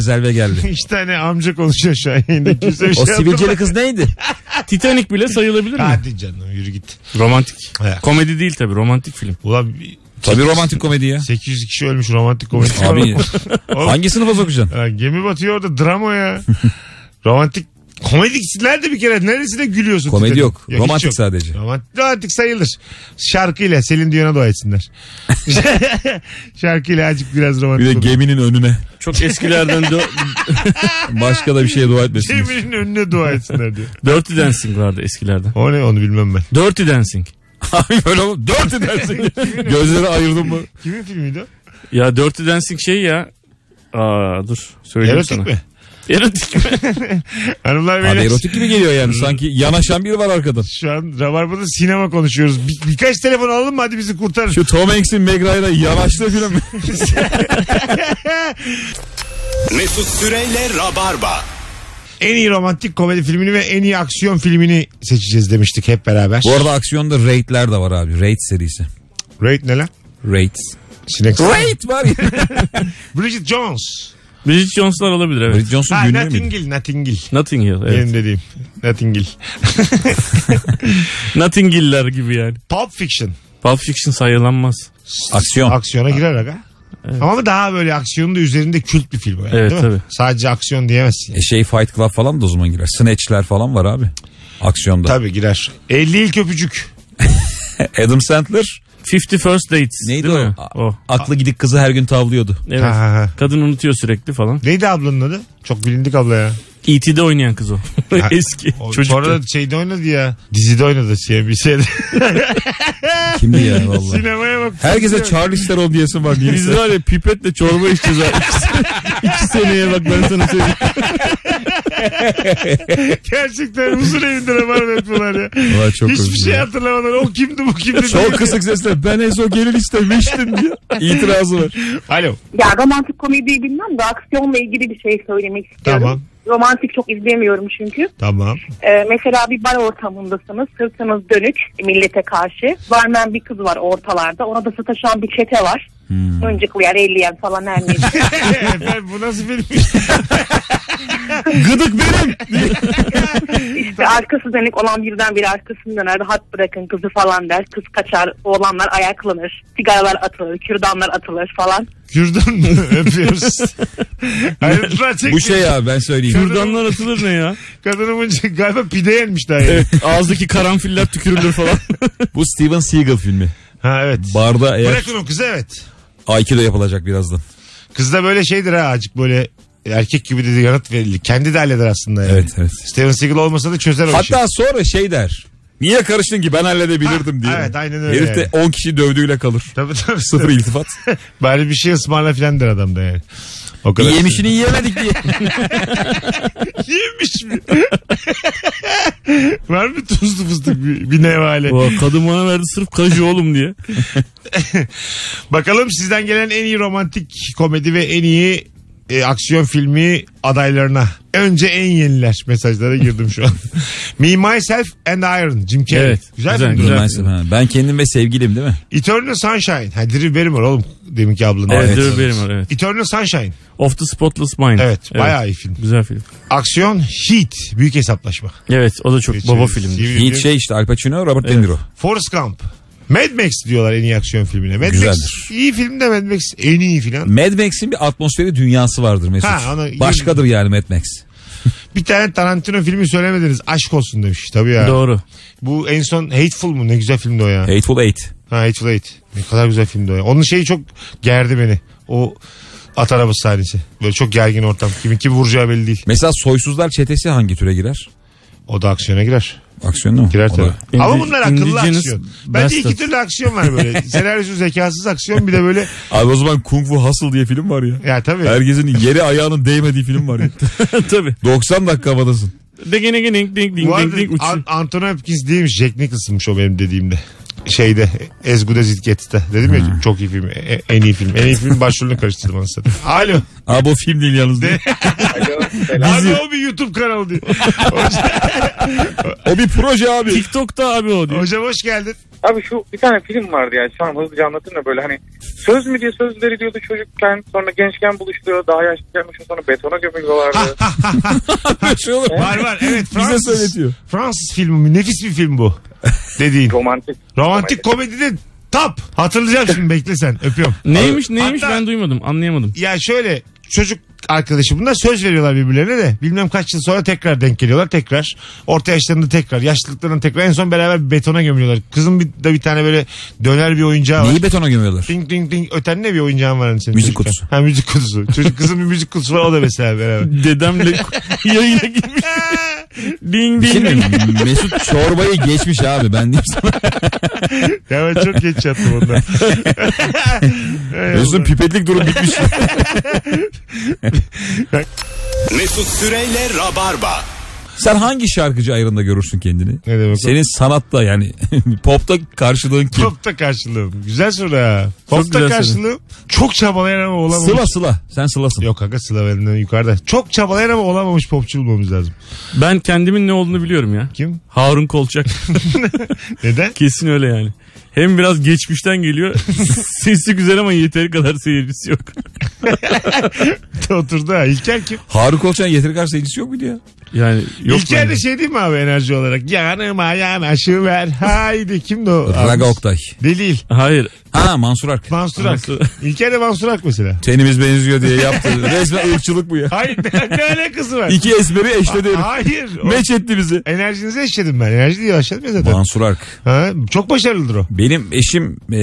Speaker 2: <laughs>
Speaker 3: Zellweger'li.
Speaker 2: İki tane amca konuşuyor şu an
Speaker 3: <laughs>
Speaker 2: yayında. Kimse bir şey
Speaker 3: O
Speaker 2: anlamadı.
Speaker 3: sivilceli kız neydi?
Speaker 4: Titanic bile sayılabilir mi?
Speaker 2: Hadi canım yürü git.
Speaker 4: Romantik.
Speaker 2: He.
Speaker 4: Komedi değil tabii. Romantik film.
Speaker 2: Ulan bir-
Speaker 3: Tabii romantik komedi ya.
Speaker 2: 800 kişi ölmüş romantik komedi. <laughs>
Speaker 3: Abi
Speaker 2: Oğlum,
Speaker 3: <laughs> hangi sınıfa sokacaksın?
Speaker 2: ha, gemi batıyor orada drama ya.
Speaker 3: <laughs>
Speaker 2: romantik Komedikler de bir kere neresine gülüyorsun?
Speaker 3: Komedi
Speaker 2: Titanic?
Speaker 3: yok.
Speaker 2: hiç
Speaker 3: Romantik sadece.
Speaker 2: Romantik, romantik sayılır. Şarkıyla Selin Dion'a dua
Speaker 3: <laughs>
Speaker 2: etsinler. Şarkıyla azıcık biraz romantik.
Speaker 3: Bir de
Speaker 2: olur.
Speaker 3: geminin önüne.
Speaker 4: Çok
Speaker 2: <laughs>
Speaker 4: eskilerden dö-
Speaker 3: Başka da bir şeye dua etmesin.
Speaker 2: Geminin önüne dua etsinler diyor.
Speaker 4: Dirty Dancing vardı eskilerden.
Speaker 2: O ne onu bilmem ben.
Speaker 4: Dirty Dancing.
Speaker 3: <laughs> Abi böyle oğlum, dört edersin. Gözleri ayırdın mı?
Speaker 2: Kimin filmiydi o?
Speaker 4: Ya Dirty Dancing şey ya. Aa dur söyleyeyim
Speaker 2: Erotik
Speaker 4: sana.
Speaker 2: mi?
Speaker 4: <laughs> Erotik mi?
Speaker 2: Hanımlar
Speaker 3: Abi
Speaker 2: beyler
Speaker 3: erotik gibi geliyor yani. Sanki yanaşan biri var arkadan.
Speaker 2: şu an Rabarba'da sinema konuşuyoruz. Bir- birkaç telefon alalım mı hadi bizi kurtarın.
Speaker 3: Şu Tom Hanks'in Meg Ryan'a yanaştığı film.
Speaker 1: Mesut Süreyle Rabarba.
Speaker 2: En iyi romantik komedi filmini ve en iyi aksiyon filmini seçeceğiz demiştik hep beraber.
Speaker 3: Bu arada aksiyonda Raid'ler de var abi. Raid serisi.
Speaker 2: Raid ne lan?
Speaker 3: Raid.
Speaker 2: Sinek.
Speaker 3: Raid var ya. <laughs>
Speaker 2: Bridget Jones.
Speaker 4: Bridget Jones'lar olabilir evet.
Speaker 3: Bridget Jones'un
Speaker 2: Ha
Speaker 3: günlüğü müydü?
Speaker 2: Nightingale, Nightingale.
Speaker 4: Nothing Hill evet.
Speaker 2: Benim dediğim. Nightingale.
Speaker 4: Nothing Hill'ler gibi yani.
Speaker 2: Pulp Fiction.
Speaker 4: Pulp Fiction sayılanmaz.
Speaker 3: Aksiyon.
Speaker 2: Aksiyona girer aga. Ama daha böyle aksiyonun da üzerinde kült bir film. o Yani,
Speaker 4: Evet,
Speaker 2: değil mi?
Speaker 4: tabii.
Speaker 2: Sadece aksiyon diyemezsin.
Speaker 3: E şey Fight Club falan da o zaman girer. Snatch'ler falan var abi. Aksiyonda. E,
Speaker 2: Tabii girer. 50 ilk öpücük.
Speaker 3: Adam Sandler.
Speaker 4: 50 First Dates.
Speaker 3: Neydi
Speaker 4: değil
Speaker 3: o?
Speaker 4: mi?
Speaker 3: A-
Speaker 4: O.
Speaker 3: Aklı gidik kızı her gün
Speaker 4: <laughs>
Speaker 3: tavlıyordu.
Speaker 4: Evet.
Speaker 2: Ha, ha, ha.
Speaker 4: Kadın unutuyor sürekli falan.
Speaker 2: Neydi ablanın adı? Çok bilindik abla ya.
Speaker 4: E.T.'de
Speaker 2: <laughs>
Speaker 4: oynayan kız o. Eski.
Speaker 2: O, <laughs>
Speaker 4: Çocuk.
Speaker 2: Sonra şeyde oynadı ya. Dizide oynadı şey bir şeyde.
Speaker 3: Kimdi ya vallahi.
Speaker 2: <laughs> Sinemaya bak.
Speaker 3: Herkese Charles Theron diyesin var diye.
Speaker 4: Biz var ya pipetle çorba içeceğiz <laughs> ha. İki, iki seneye bak ben sana söyleyeyim.
Speaker 2: Gerçekten huzur evinde rabar yapıyorlar ya.
Speaker 3: Vay çok
Speaker 2: Hiçbir
Speaker 3: özür
Speaker 2: şey
Speaker 3: dilerim.
Speaker 2: hatırlamadan o kimdi bu kimdi.
Speaker 3: Çok kısık sesle ben Ezo gelin istemiştim diye itirazı var.
Speaker 2: Alo.
Speaker 10: Ya romantik komediyi bilmem de aksiyonla ilgili bir şey söylemek istiyorum.
Speaker 2: Tamam.
Speaker 10: Romantik çok izleyemiyorum çünkü.
Speaker 2: <laughs> Tamam.
Speaker 10: Ee, mesela bir bar ortamındasınız. Sırtınız dönük millete karşı. Barmen bir kız var ortalarda. Ona da sataşan bir çete var. Mıncıklayan, elleyen falan her
Speaker 2: <laughs>
Speaker 10: neyse.
Speaker 2: Efendim bu nasıl film?
Speaker 3: Gıdık benim.
Speaker 10: işte arkası dönük olan birden bir arkasını döner. Rahat bırakın kızı falan der. Kız kaçar. Oğlanlar ayaklanır. Sigaralar atılır. Kürdanlar atılır falan.
Speaker 2: Kürdan mı? <laughs> Öpüyoruz. Ayrıntılar çekti.
Speaker 3: Bu şey ya ben söyleyeyim.
Speaker 4: Kürdanlar atılır
Speaker 2: <laughs>
Speaker 4: ne ya?
Speaker 2: Kadının galiba pide yenmiş daha yeni.
Speaker 4: Evet, ağızdaki karanfiller tükürülür falan.
Speaker 3: Bu Steven Seagal filmi.
Speaker 2: Ha evet.
Speaker 3: Barda eğer
Speaker 2: Bırakın o kızı evet.
Speaker 3: Aikido yapılacak birazdan.
Speaker 2: Kız da böyle şeydir ha acık böyle erkek gibi dedi yanıt verilir. Kendi de halleder aslında yani.
Speaker 3: Evet evet.
Speaker 2: Steven Seagal olmasa da çözer o işi.
Speaker 3: Hatta sonra şey der. Niye karıştın ki ben halledebilirdim
Speaker 2: Ha,
Speaker 3: diye.
Speaker 2: evet, aynen öyle
Speaker 3: Herif de 10 kişi dövdüğüyle kalır.
Speaker 2: Tabii tabii.
Speaker 3: Sıfır iltifat.
Speaker 2: <laughs> Bari bir şey ısmarla filan der adam da yani. O kadar. <laughs>
Speaker 3: Yemişini yiyemedik diye.
Speaker 2: Yemiş
Speaker 4: <laughs>
Speaker 2: mi? Var mı tuzlu fıstık bir, bir nevale?
Speaker 4: O kadın bana verdi sırf kaju oğlum diye.
Speaker 2: Bakalım sizden gelen en iyi romantik komedi ve en iyi e, aksiyon filmi adaylarına. Önce en yeniler mesajlara girdim şu
Speaker 4: <laughs>
Speaker 2: an. Me, Myself and Iron. Jim Carrey.
Speaker 4: Evet,
Speaker 2: Güzel,
Speaker 4: güzel,
Speaker 2: güzel
Speaker 4: güzel.
Speaker 3: ben, ha, ben kendim ve sevgilim değil mi?
Speaker 2: Eternal Sunshine. Ha, Drew Barrymore oğlum deminki ablanın.
Speaker 4: Evet, Drew Barrymore, evet.
Speaker 2: Eternal Sunshine.
Speaker 4: Off the Spotless Mind.
Speaker 2: Evet, bayağı iyi film.
Speaker 4: Güzel film.
Speaker 2: Aksiyon Heat. Büyük hesaplaşma.
Speaker 4: Evet o da çok baba filmdi.
Speaker 3: Hiç şey işte Al Pacino, Robert De Niro.
Speaker 2: Forrest Gump. Mad Max diyorlar en iyi aksiyon filmine. Mad
Speaker 3: Güzeldir.
Speaker 2: Max iyi film de Mad Max en iyi filan.
Speaker 3: Mad Max'in bir atmosferi dünyası vardır Mesut.
Speaker 2: Ha, ona-
Speaker 3: Başkadır yani Mad Max.
Speaker 2: Bir tane Tarantino filmi söylemediniz. Aşk olsun demiş. Tabii ya.
Speaker 4: Doğru. <laughs>
Speaker 2: Bu en son Hateful mu? Ne güzel filmdi o ya.
Speaker 3: Hateful Eight.
Speaker 2: Ha, Hateful Eight. Ne kadar güzel filmdi o ya. Onun şeyi çok gerdi beni. O at arabası sahnesi. Böyle çok gergin ortam. Kimin kimi vuracağı belli değil.
Speaker 3: Mesela Soysuzlar Çetesi hangi türe girer?
Speaker 2: O da aksiyona girer.
Speaker 3: Aksiyonlu mu?
Speaker 2: Girer
Speaker 3: O da-
Speaker 2: tabii. Ama bunlar akıllı
Speaker 4: Indigenous
Speaker 2: aksiyon. Bence iki
Speaker 4: Bastards.
Speaker 2: türlü aksiyon var
Speaker 4: <laughs>
Speaker 2: böyle. Senaryosu zekasız aksiyon bir de böyle.
Speaker 3: Abi o zaman Kung Fu Hustle diye film var ya.
Speaker 2: Ya tabii.
Speaker 3: Herkesin yeri ayağının değmediği
Speaker 2: <laughs>
Speaker 3: film var ya.
Speaker 4: Tabii.
Speaker 3: 90 dakika havadasın.
Speaker 4: De gene gene ding ding
Speaker 2: Bu
Speaker 4: ding ding
Speaker 2: arada
Speaker 4: ding
Speaker 2: An-
Speaker 4: uçsun.
Speaker 2: Anthony Hopkins değilmiş. Jack Nicholson'mış o benim dediğimde. Şeyde As Good As It Gets'te. Dedim
Speaker 4: Hmm.
Speaker 2: ya çok iyi film. e- en iyi film. En iyi film başrolünü karıştırdım anasını.
Speaker 4: <laughs>
Speaker 2: Alo.
Speaker 3: Abi o film değil yalnız. diye.
Speaker 2: Abi o bir YouTube kanalı diyor.
Speaker 3: o bir
Speaker 2: <laughs>
Speaker 3: proje abi. <laughs>
Speaker 4: <laughs> TikTok'ta abi o diyor.
Speaker 2: Hocam hoş geldin.
Speaker 11: Abi şu bir tane film vardı ya şu an hızlıca anlatayım da böyle hani söz mü diye söz veriliyordu çocukken sonra gençken buluştu daha yaşlıken buluştu sonra betona gömüyorlardı.
Speaker 3: şey olur.
Speaker 2: Var var evet Fransız.
Speaker 3: söyletiyor.
Speaker 2: Fransız filmi mi? Nefis bir film bu.
Speaker 11: <laughs>
Speaker 2: Dediğin.
Speaker 11: <laughs> Romantik.
Speaker 2: Romantik komedide tap. Hatırlayacağım şimdi bekle sen. Öpüyorum.
Speaker 4: Neymiş neymiş
Speaker 2: Hatta-
Speaker 4: ben duymadım anlayamadım.
Speaker 2: Ya şöyle çocuk arkadaşı bunlar söz veriyorlar birbirlerine de bilmem kaç yıl sonra tekrar denk geliyorlar tekrar orta yaşlarında tekrar yaşlılıklarında tekrar en son beraber bir betona gömüyorlar kızın bir, de bir tane böyle döner bir oyuncağı var
Speaker 3: Neyi betona gömüyorlar?
Speaker 2: ding ding ding öten ne bir oyuncağın var hani senin
Speaker 3: Müzik
Speaker 2: çocukken?
Speaker 3: kutusu.
Speaker 2: ha müzik kutusu çocuk kızın bir müzik kutusu var o da mesela beraber
Speaker 3: <laughs>
Speaker 4: Dedemle yayına girmiş. Ding ding
Speaker 3: Şimdi
Speaker 4: ding.
Speaker 3: şey Mesut çorbayı geçmiş abi ben diyeyim sana.
Speaker 2: ya ben çok geç yattım ondan Hay
Speaker 3: Mesut'un
Speaker 2: Allah.
Speaker 3: pipetlik durum bitmiş.
Speaker 1: Mesut Süreyle Rabarba.
Speaker 3: Sen hangi şarkıcı ayrında görürsün kendini?
Speaker 2: ne demek o?
Speaker 3: Senin sanatta yani <laughs> popta karşılığın <laughs> kim?
Speaker 2: Popta karşılığım. Güzel soru ha. Popta
Speaker 4: güzel soru.
Speaker 2: karşılığım çok çabalayan ama olamamış.
Speaker 3: Sıla sıla. Sen sılasın.
Speaker 2: Yok aga Sıla benden yukarıda. Çok çabalayan ama olamamış popçu bulmamız lazım.
Speaker 4: Ben kendimin ne olduğunu biliyorum ya.
Speaker 2: Kim?
Speaker 4: Harun Kolçak. <laughs>
Speaker 2: Neden? <laughs>
Speaker 4: Kesin öyle yani. Hem biraz geçmişten geliyor. <laughs> Sesi güzel ama yeteri kadar seyircisi yok.
Speaker 2: Oturdu ha. İlker kim?
Speaker 3: Haruk Olçan yeteri kadar seyircisi yok muydu ya?
Speaker 4: Yani yok
Speaker 2: İlker de
Speaker 4: bende.
Speaker 2: şey değil mi abi enerji olarak? Yanıma yanaşı
Speaker 4: <laughs>
Speaker 2: ver. Haydi kimdi o?
Speaker 3: Raga Oktay.
Speaker 2: Delil.
Speaker 3: şey-
Speaker 4: Hayır.
Speaker 3: Ha Mansur Ark.
Speaker 2: Mansur Ak.
Speaker 4: Mansur-
Speaker 2: <laughs> İlker de Mansur Ak mesela.
Speaker 3: Tenimiz benziyor diye yaptı.
Speaker 2: <laughs>
Speaker 3: Resmen ırkçılık bu ya.
Speaker 2: Hayır ne, ne alakası
Speaker 4: <laughs>
Speaker 2: var?
Speaker 3: İki esmeri eşledi. herif.
Speaker 2: Hayır. O,
Speaker 3: Meç etti bizi.
Speaker 2: enerjinizi eşledim ben. Enerji diye başladım ya zaten.
Speaker 3: Mansur Ark.
Speaker 2: Ha, çok başarılıdır o.
Speaker 3: Benim eşim e,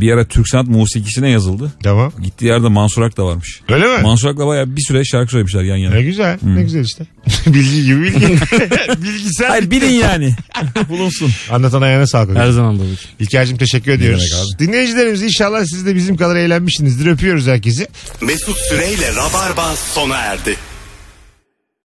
Speaker 3: bir ara Türk Sanat Musikisi'ne yazıldı.
Speaker 2: Tamam.
Speaker 3: Gittiği yerde Mansur Ark da varmış.
Speaker 2: Öyle mi?
Speaker 3: Mansur Ark'la bayağı bir süre şarkı söylemişler yan yana.
Speaker 2: ne güzel.
Speaker 4: Hmm.
Speaker 2: Ne güzel işte. <laughs> bilgi gibi
Speaker 4: <laughs>
Speaker 2: bilgi. Bilgisel.
Speaker 3: Hayır bilin yani. Bulunsun.
Speaker 2: Anlatan ayağına sağlık. hocam.
Speaker 4: Her zaman babacığım.
Speaker 2: İlker'cim teşekkür ediyoruz. Dinleyicilerimiz inşallah siz de bizim kadar eğlenmişsinizdir. Öpüyoruz herkesi.
Speaker 1: Mesut Süreyle Rabarba sona erdi.